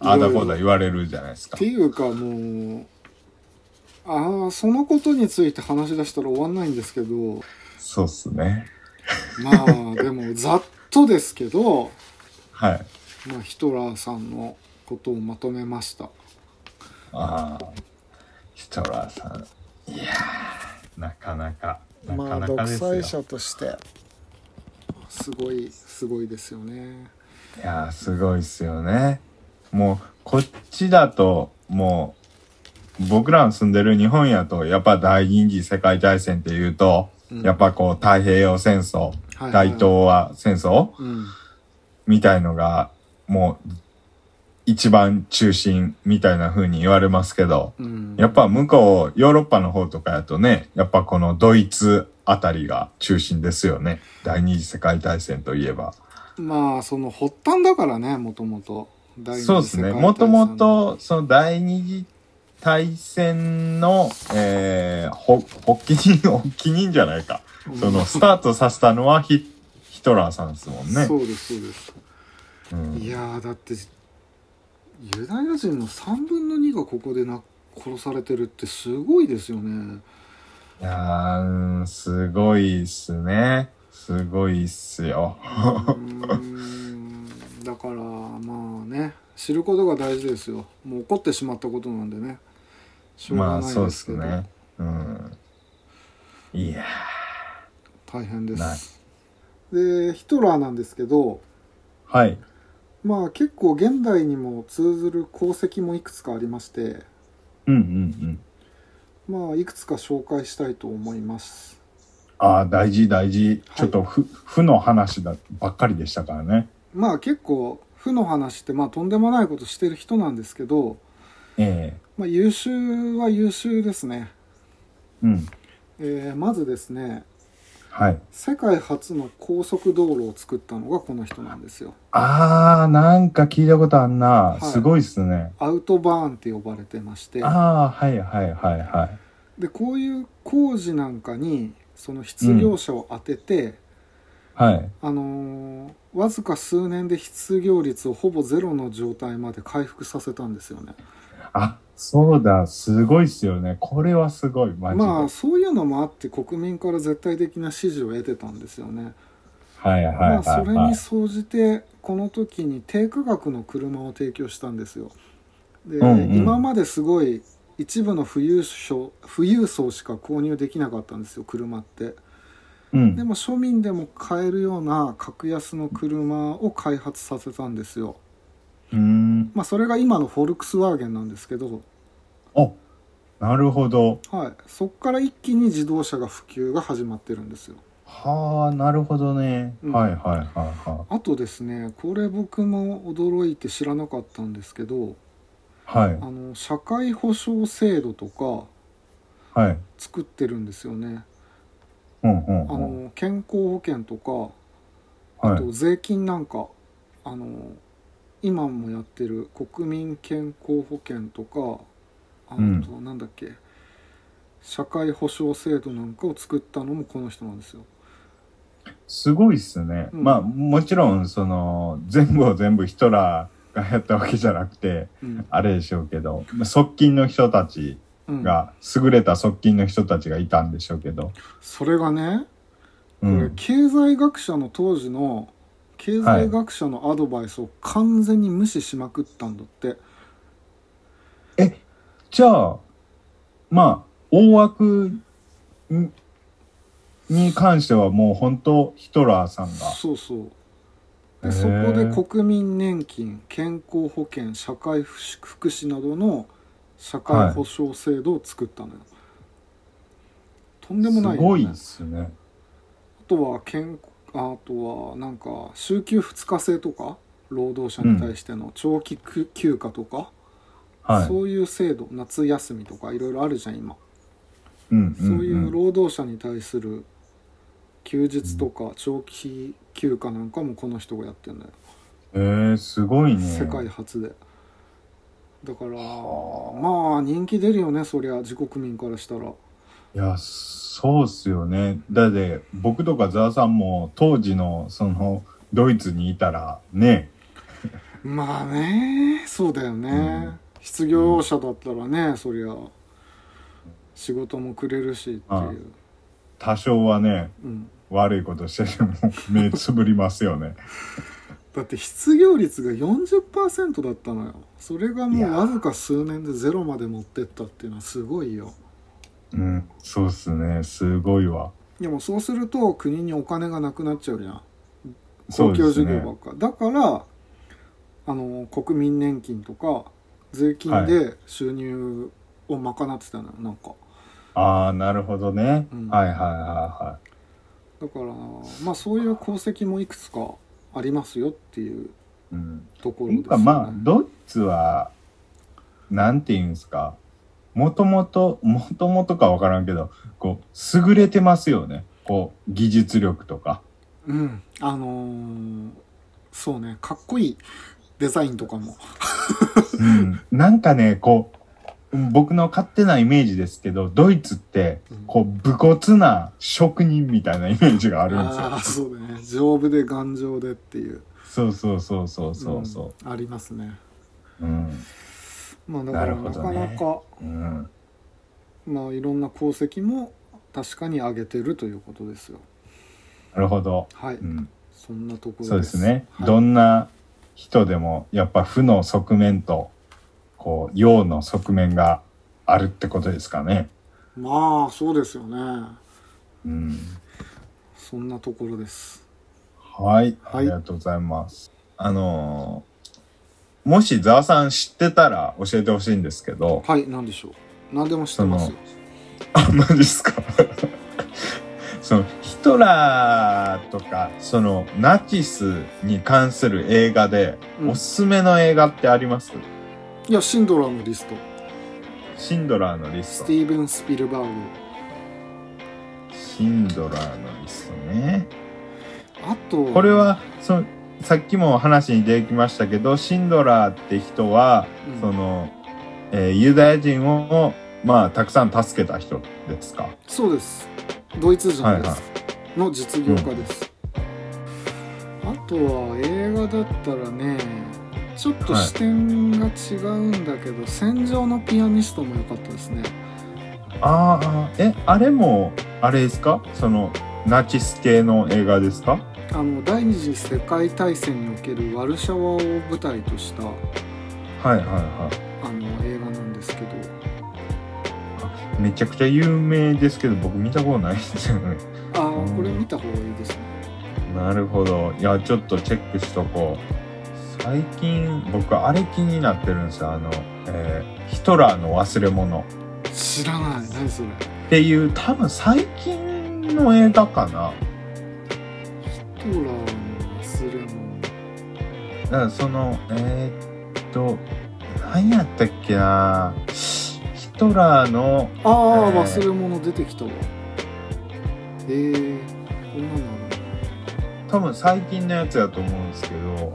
[SPEAKER 2] あだこ
[SPEAKER 1] いろ
[SPEAKER 2] う
[SPEAKER 1] いろ
[SPEAKER 2] だ言われるじゃないです
[SPEAKER 1] っ
[SPEAKER 2] か
[SPEAKER 1] て。いうかもうああそのことについて話し出したら終わんないんですけど
[SPEAKER 2] そうっすね。
[SPEAKER 1] まあ でもざっとですけど、
[SPEAKER 2] はい。
[SPEAKER 1] まあ、ヒトラーさんのことをまとめました
[SPEAKER 2] ああ、ヒトラーさん。いやー、なかなか、な
[SPEAKER 3] ま
[SPEAKER 2] か
[SPEAKER 3] あ
[SPEAKER 2] なか
[SPEAKER 3] 独
[SPEAKER 2] ですよ。
[SPEAKER 3] 裁者として
[SPEAKER 1] すごいすごいですよね
[SPEAKER 2] いやーすごいっすよねもうこっちだともう僕らの住んでる日本やとやっぱ第二次世界大戦っていうと、
[SPEAKER 1] うん
[SPEAKER 2] やっぱこう太平洋戦争、
[SPEAKER 1] はい
[SPEAKER 2] 大東亜戦争
[SPEAKER 1] うん
[SPEAKER 2] みたいのがもう一番中心みたいな風に言われますけど
[SPEAKER 1] うん
[SPEAKER 2] やっぱ向こうヨーロッパの方とかやとねやっぱこのドイツあたりが中心ですよね第二次世界大戦といえば。
[SPEAKER 1] まあその発端だからねもともと
[SPEAKER 2] そうですね。もともと、その第二次大戦の、えー、ほ、発起人、 発起人じゃないか。その、スタートさせたのはヒ、ヒトラーさんですもんね。
[SPEAKER 1] そうですそうです
[SPEAKER 2] うん
[SPEAKER 1] いやーだってユダヤ人の3分の2がここでな殺されてるってすごいですよね
[SPEAKER 2] いやーうん、すごいっすね。すごいっすよ。
[SPEAKER 1] うーんだからまあね知ることが大事ですよもう怒ってしまったことなんでねしょう
[SPEAKER 2] ま
[SPEAKER 1] が
[SPEAKER 2] あ、
[SPEAKER 1] ない
[SPEAKER 2] そう
[SPEAKER 1] で
[SPEAKER 2] です
[SPEAKER 1] け
[SPEAKER 2] す
[SPEAKER 1] ど、
[SPEAKER 2] ね。うん。いや
[SPEAKER 1] 大変で
[SPEAKER 2] ない
[SPEAKER 1] すでヒトラーなんですけど
[SPEAKER 2] ーはい。
[SPEAKER 1] まあ結構現代にも通ずる功績もいくつかありまして
[SPEAKER 2] うんうんうん。
[SPEAKER 1] まあいくつか紹介したいと思います
[SPEAKER 2] ああ、大事大事。
[SPEAKER 1] はい
[SPEAKER 2] ちょっと、ふ、負の話だ、ばっかりでしたからね。
[SPEAKER 1] まあ結構負の話ってまあとんでもないことしてる人なんですけど、
[SPEAKER 2] え
[SPEAKER 1] まあ、優秀は優秀ですね、
[SPEAKER 2] えうん。
[SPEAKER 1] えーまずですね
[SPEAKER 2] はい。
[SPEAKER 1] 世界初の高速道路を作ったのがこの人なんですよ
[SPEAKER 2] あー、なんか聞いたことあんな。
[SPEAKER 1] い
[SPEAKER 2] すごいっすね。
[SPEAKER 1] アウトバーンって呼ばれてまして
[SPEAKER 2] あー、はいはいはいはい。
[SPEAKER 1] でこういう工事なんかにその失業者を当てて、
[SPEAKER 2] はい。
[SPEAKER 1] あのーわずか数年で失業率をほぼゼロの状態まで回復させたんですよね
[SPEAKER 2] あ、そうだ、すごいっすよね。これはすごい、マジで。
[SPEAKER 1] まあそういうのもあって国民から絶対的な支持を得てたんですよね
[SPEAKER 2] はいはいはい、
[SPEAKER 1] まあ、それ
[SPEAKER 2] は
[SPEAKER 1] に
[SPEAKER 2] い。
[SPEAKER 1] 総じてこの時に低価格の車を提供したんですよで、
[SPEAKER 2] うんうん
[SPEAKER 1] 今まですごい一部の富裕層富裕層しか購入できなかったんですよ車って
[SPEAKER 2] う
[SPEAKER 1] で
[SPEAKER 2] ん。
[SPEAKER 1] も庶民でも買えるような格安の車を開発させたんですよ
[SPEAKER 2] うーん。
[SPEAKER 1] まあそれが今のフォルクスワーゲンなんですけど、
[SPEAKER 2] あ、なるほど。
[SPEAKER 1] はい、そこから一気に自動車が普及が始まってるんですよ
[SPEAKER 2] はあ、なるほどね。
[SPEAKER 1] うん
[SPEAKER 2] はいはいはいは
[SPEAKER 1] あとですねこれ僕も驚いて知らなかったんですけど
[SPEAKER 2] い。は
[SPEAKER 1] あの社会保障制度とか
[SPEAKER 2] い。はい。
[SPEAKER 1] 作ってるんですよね
[SPEAKER 2] うんう
[SPEAKER 1] あ
[SPEAKER 2] んうん。
[SPEAKER 1] の健康保険とかあ
[SPEAKER 2] はい
[SPEAKER 1] と。税金なんか、あの今もやってる国民健康保険とかあ
[SPEAKER 2] うん
[SPEAKER 1] となんだっけ、社会保障制度なんかを作ったのもこの人なんですよ
[SPEAKER 2] すごいっすね。
[SPEAKER 1] うん
[SPEAKER 2] まあ、もちろん、その、全部を全部ヒトラーがやったわけじゃなくて、
[SPEAKER 1] うん、
[SPEAKER 2] あれでしょうけど、側近の人たち
[SPEAKER 1] うん、
[SPEAKER 2] が、優れた側近の人たちがいたんでしょうけど。
[SPEAKER 1] それがねこ
[SPEAKER 2] う
[SPEAKER 1] れ
[SPEAKER 2] ん。
[SPEAKER 1] 経済学者の当時の経済学者のアドバイスを完全に無視しまくったんだって、
[SPEAKER 2] じゃあ、まあ、大枠にに関してはもう本当ヒトラーさんが。
[SPEAKER 1] そうそう
[SPEAKER 2] へ
[SPEAKER 1] で
[SPEAKER 2] ー
[SPEAKER 1] そこで国民年金健康保険社会福祉などの社会保障制度を作ったのよ、とんでも
[SPEAKER 2] す
[SPEAKER 1] ないよ
[SPEAKER 2] ご
[SPEAKER 1] ね
[SPEAKER 2] いですね。
[SPEAKER 1] あとは健あとはなんか週休2日制とか労働者に対しての長期休休暇とか、
[SPEAKER 2] はい。
[SPEAKER 1] そういう制度夏休みとかいろいろあるじゃん今、
[SPEAKER 2] うん
[SPEAKER 1] そ
[SPEAKER 2] ん
[SPEAKER 1] ういう労働者に対する休日とか長期休暇なんかもこの人がやってんだよ、
[SPEAKER 2] えー、すごいね。
[SPEAKER 1] 世界初でだから
[SPEAKER 2] はあ
[SPEAKER 1] まあ人気出るよねそりゃ自国民からしたら
[SPEAKER 2] いや、そうっすよね。だって、僕とかザワさんも当時の、その、ドイツにいたら、ね、
[SPEAKER 1] まあねそうだよね、
[SPEAKER 2] うん
[SPEAKER 1] 失業者だったらねそりゃ仕事もくれるしって
[SPEAKER 2] ああ
[SPEAKER 1] いう、
[SPEAKER 2] 多少はね、
[SPEAKER 1] うん、
[SPEAKER 2] 悪いことしてても 目つぶりますよね。
[SPEAKER 1] だって失業率が40%だったのよそれが
[SPEAKER 2] い
[SPEAKER 1] も
[SPEAKER 2] や
[SPEAKER 1] う
[SPEAKER 2] ー
[SPEAKER 1] わずか数年でゼロまで持ってったっていうのはすごいよ
[SPEAKER 2] うん、そうっすね。すごいわ。
[SPEAKER 1] でもそうすると国にお金がなくなっちゃうじゃん
[SPEAKER 2] そ
[SPEAKER 1] 公
[SPEAKER 2] う
[SPEAKER 1] 共
[SPEAKER 2] です
[SPEAKER 1] 事業ば
[SPEAKER 2] ね
[SPEAKER 1] っ。か、だからあの国民年金とか税金で収入を賄ってたのよなんか
[SPEAKER 2] ああ、なるほどね。
[SPEAKER 1] うん
[SPEAKER 2] はいはいはいはい。
[SPEAKER 1] だからまあそういう功績もいくつかありますよっていう
[SPEAKER 2] うん、
[SPEAKER 1] ところ
[SPEAKER 2] な
[SPEAKER 1] です、ね、
[SPEAKER 2] んかまあドイツはなんていうんですかもともともともとかわからんけどこう優れてますよねこう技術力とか
[SPEAKER 1] うんあのーそうねかっこいいデザインとかも
[SPEAKER 2] うんなんかねこう僕の勝手なイメージですけどドイツって
[SPEAKER 1] うん
[SPEAKER 2] こう武骨な職人みたいなイメージがあるんですよ
[SPEAKER 1] ああそうだね丈夫で頑丈でっていう
[SPEAKER 2] そうそうそうそうそうそ
[SPEAKER 1] うんありますね
[SPEAKER 2] ううん
[SPEAKER 1] まあだか
[SPEAKER 2] なる
[SPEAKER 1] ら
[SPEAKER 2] ほ
[SPEAKER 1] な
[SPEAKER 2] ど
[SPEAKER 1] か
[SPEAKER 2] ね
[SPEAKER 1] なか
[SPEAKER 2] うん
[SPEAKER 1] まあいろんな功績も確かに上げてるということですよ
[SPEAKER 2] なるほど、
[SPEAKER 1] はい、
[SPEAKER 2] うん、
[SPEAKER 1] そんなところ
[SPEAKER 2] そうですね、
[SPEAKER 1] はい
[SPEAKER 2] どんな人でもやっぱ負の側面とこう陽の側面があるってことですかね。
[SPEAKER 1] まあそうですよね
[SPEAKER 2] うん、
[SPEAKER 1] そんなところです
[SPEAKER 2] はい、
[SPEAKER 1] はい
[SPEAKER 2] ありがとうございます。あのーもしざわさん知ってたら教えてほしいんですけど、
[SPEAKER 1] はい何でしょう何でも知ってますよ
[SPEAKER 2] あんまりですか そのヒトラーとかそのナチスに関する映画で
[SPEAKER 1] うん
[SPEAKER 2] おすすめの映画ってあります、
[SPEAKER 1] いやシンドラーのリスト
[SPEAKER 2] シンドラーのリス
[SPEAKER 1] ス
[SPEAKER 2] ト
[SPEAKER 1] テ。ィーブン・スピルバーグ
[SPEAKER 2] シンドラーのリストね。
[SPEAKER 1] あと
[SPEAKER 2] これはそのさっきも話に出てきましたけどシンドラーって人は、
[SPEAKER 1] うん
[SPEAKER 2] その、えーユダヤ人を、まあ、たくさん助けた人ですか。
[SPEAKER 1] そうですドイツ人です、
[SPEAKER 2] はいは
[SPEAKER 1] の実業家です、あとは映画だったらねちょっと
[SPEAKER 2] はい
[SPEAKER 1] 視点が違うんだけど「戦場のピアニスト」も良かったですね
[SPEAKER 2] あーあーえあれもあれですかそのナチス系の映画ですか
[SPEAKER 1] あの第二次世界大戦におけるワルシャワを舞台とした
[SPEAKER 2] はいはいは
[SPEAKER 1] あの映画なんですけど
[SPEAKER 2] い。めちゃくちゃ有名ですけど僕見たことないですよね。
[SPEAKER 1] あ
[SPEAKER 2] う
[SPEAKER 1] あ
[SPEAKER 2] ん
[SPEAKER 1] これ見た方がいいですね
[SPEAKER 2] なるほど。いや、ちょっとチェックしとこう。最近、僕、あれ気になってるんですよ。あの、えーヒトラーの忘れ物。
[SPEAKER 1] 知らない何それ
[SPEAKER 2] っていう多分最近の映画かな
[SPEAKER 1] ヒトラーの忘れ物
[SPEAKER 2] だからそのえーっと何やったっけなヒトラーの
[SPEAKER 1] ああ、
[SPEAKER 2] えー
[SPEAKER 1] 忘れ物出てきたわえー、こんなの
[SPEAKER 2] 多分最近のやつやと思うんですけど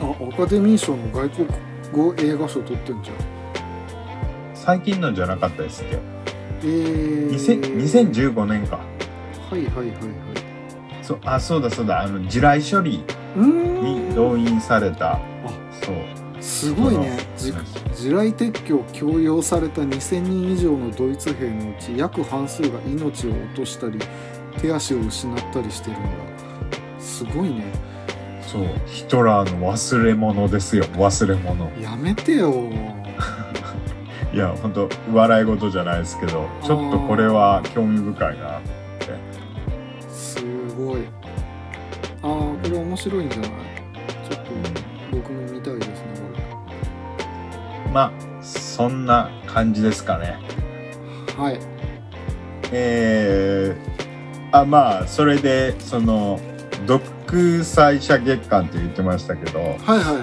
[SPEAKER 1] あるあアカデミー賞の外国語映画賞取ってんじゃん
[SPEAKER 2] 最近のじゃなかったですっけ
[SPEAKER 1] えー、
[SPEAKER 2] 2000 2015年か
[SPEAKER 1] はいはいはいはい
[SPEAKER 2] そうあそうだそうだあの地雷処理
[SPEAKER 1] う
[SPEAKER 2] に
[SPEAKER 1] ーん
[SPEAKER 2] 動員されたそう
[SPEAKER 1] すごいね
[SPEAKER 2] そ
[SPEAKER 1] じ
[SPEAKER 2] の
[SPEAKER 1] 地雷撤去を強要された2000人以上のドイツ兵のうち約半数が命を落としたり手足を失ったりしてるんだすごいね
[SPEAKER 2] そうヒトラーの忘れ物ですよ忘れ物
[SPEAKER 1] やめてよ
[SPEAKER 2] いや本当笑い事じゃないですけどちょっとこれは興味深いな
[SPEAKER 1] すごいあーこれ面白いんじゃないちょっと僕も見たいですね
[SPEAKER 2] まあ、そんな感じですかね。
[SPEAKER 1] はい
[SPEAKER 2] えー、あまあそれでその独裁者月間って言ってましたけど
[SPEAKER 1] はいはいはいはい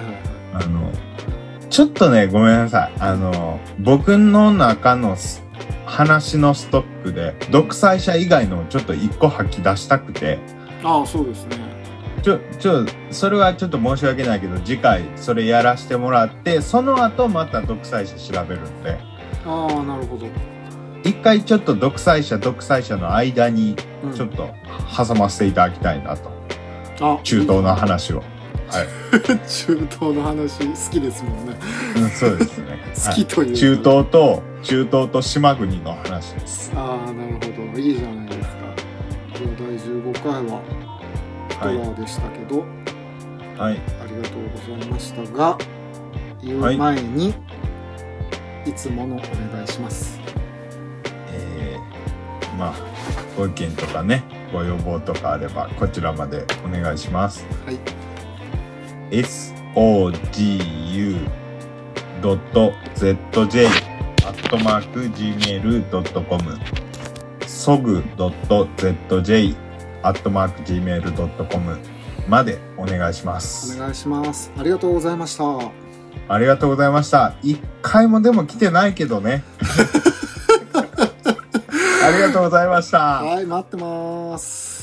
[SPEAKER 2] あのちょっとねごめんなさいあの僕の中のす話のストックで独裁者以外のをちょっと一個吐き出したくて
[SPEAKER 1] ああそうですね
[SPEAKER 2] ちょちょそれはちょっと申し訳ないけど次回それやらしてもらってその後また独裁者調べるんで
[SPEAKER 1] ああなるほど、
[SPEAKER 2] 一回ちょっと独裁者独裁者の間に
[SPEAKER 1] うん、
[SPEAKER 2] ちょっと挟ませていただきたいなと。
[SPEAKER 1] あ
[SPEAKER 2] 中東の話を。
[SPEAKER 1] 中東の話好きですもんね
[SPEAKER 2] うん、そうです ね。
[SPEAKER 1] 好きというか、
[SPEAKER 2] はい中東と、中東と島国の話です。
[SPEAKER 1] ああなるほどいいじゃないですか今日第15回はド
[SPEAKER 2] は
[SPEAKER 1] ラ
[SPEAKER 2] い。
[SPEAKER 1] ーでしたけど、
[SPEAKER 2] は
[SPEAKER 1] あ
[SPEAKER 2] い。
[SPEAKER 1] りがとうございましたが言う前に、い、つものお願いします
[SPEAKER 2] えー、まあ、ご意見とかね、ご要望とかあれば、こちらまでお願いします。
[SPEAKER 1] はい
[SPEAKER 2] sogu.zj アットマーク gmail.com sog.zj アットマーク gmail.com までお願いします。
[SPEAKER 1] お願いしますありがとうございました
[SPEAKER 2] ありがとうございました。一回もでも来てないけ どね。ありがとうございました。
[SPEAKER 1] はい待ってます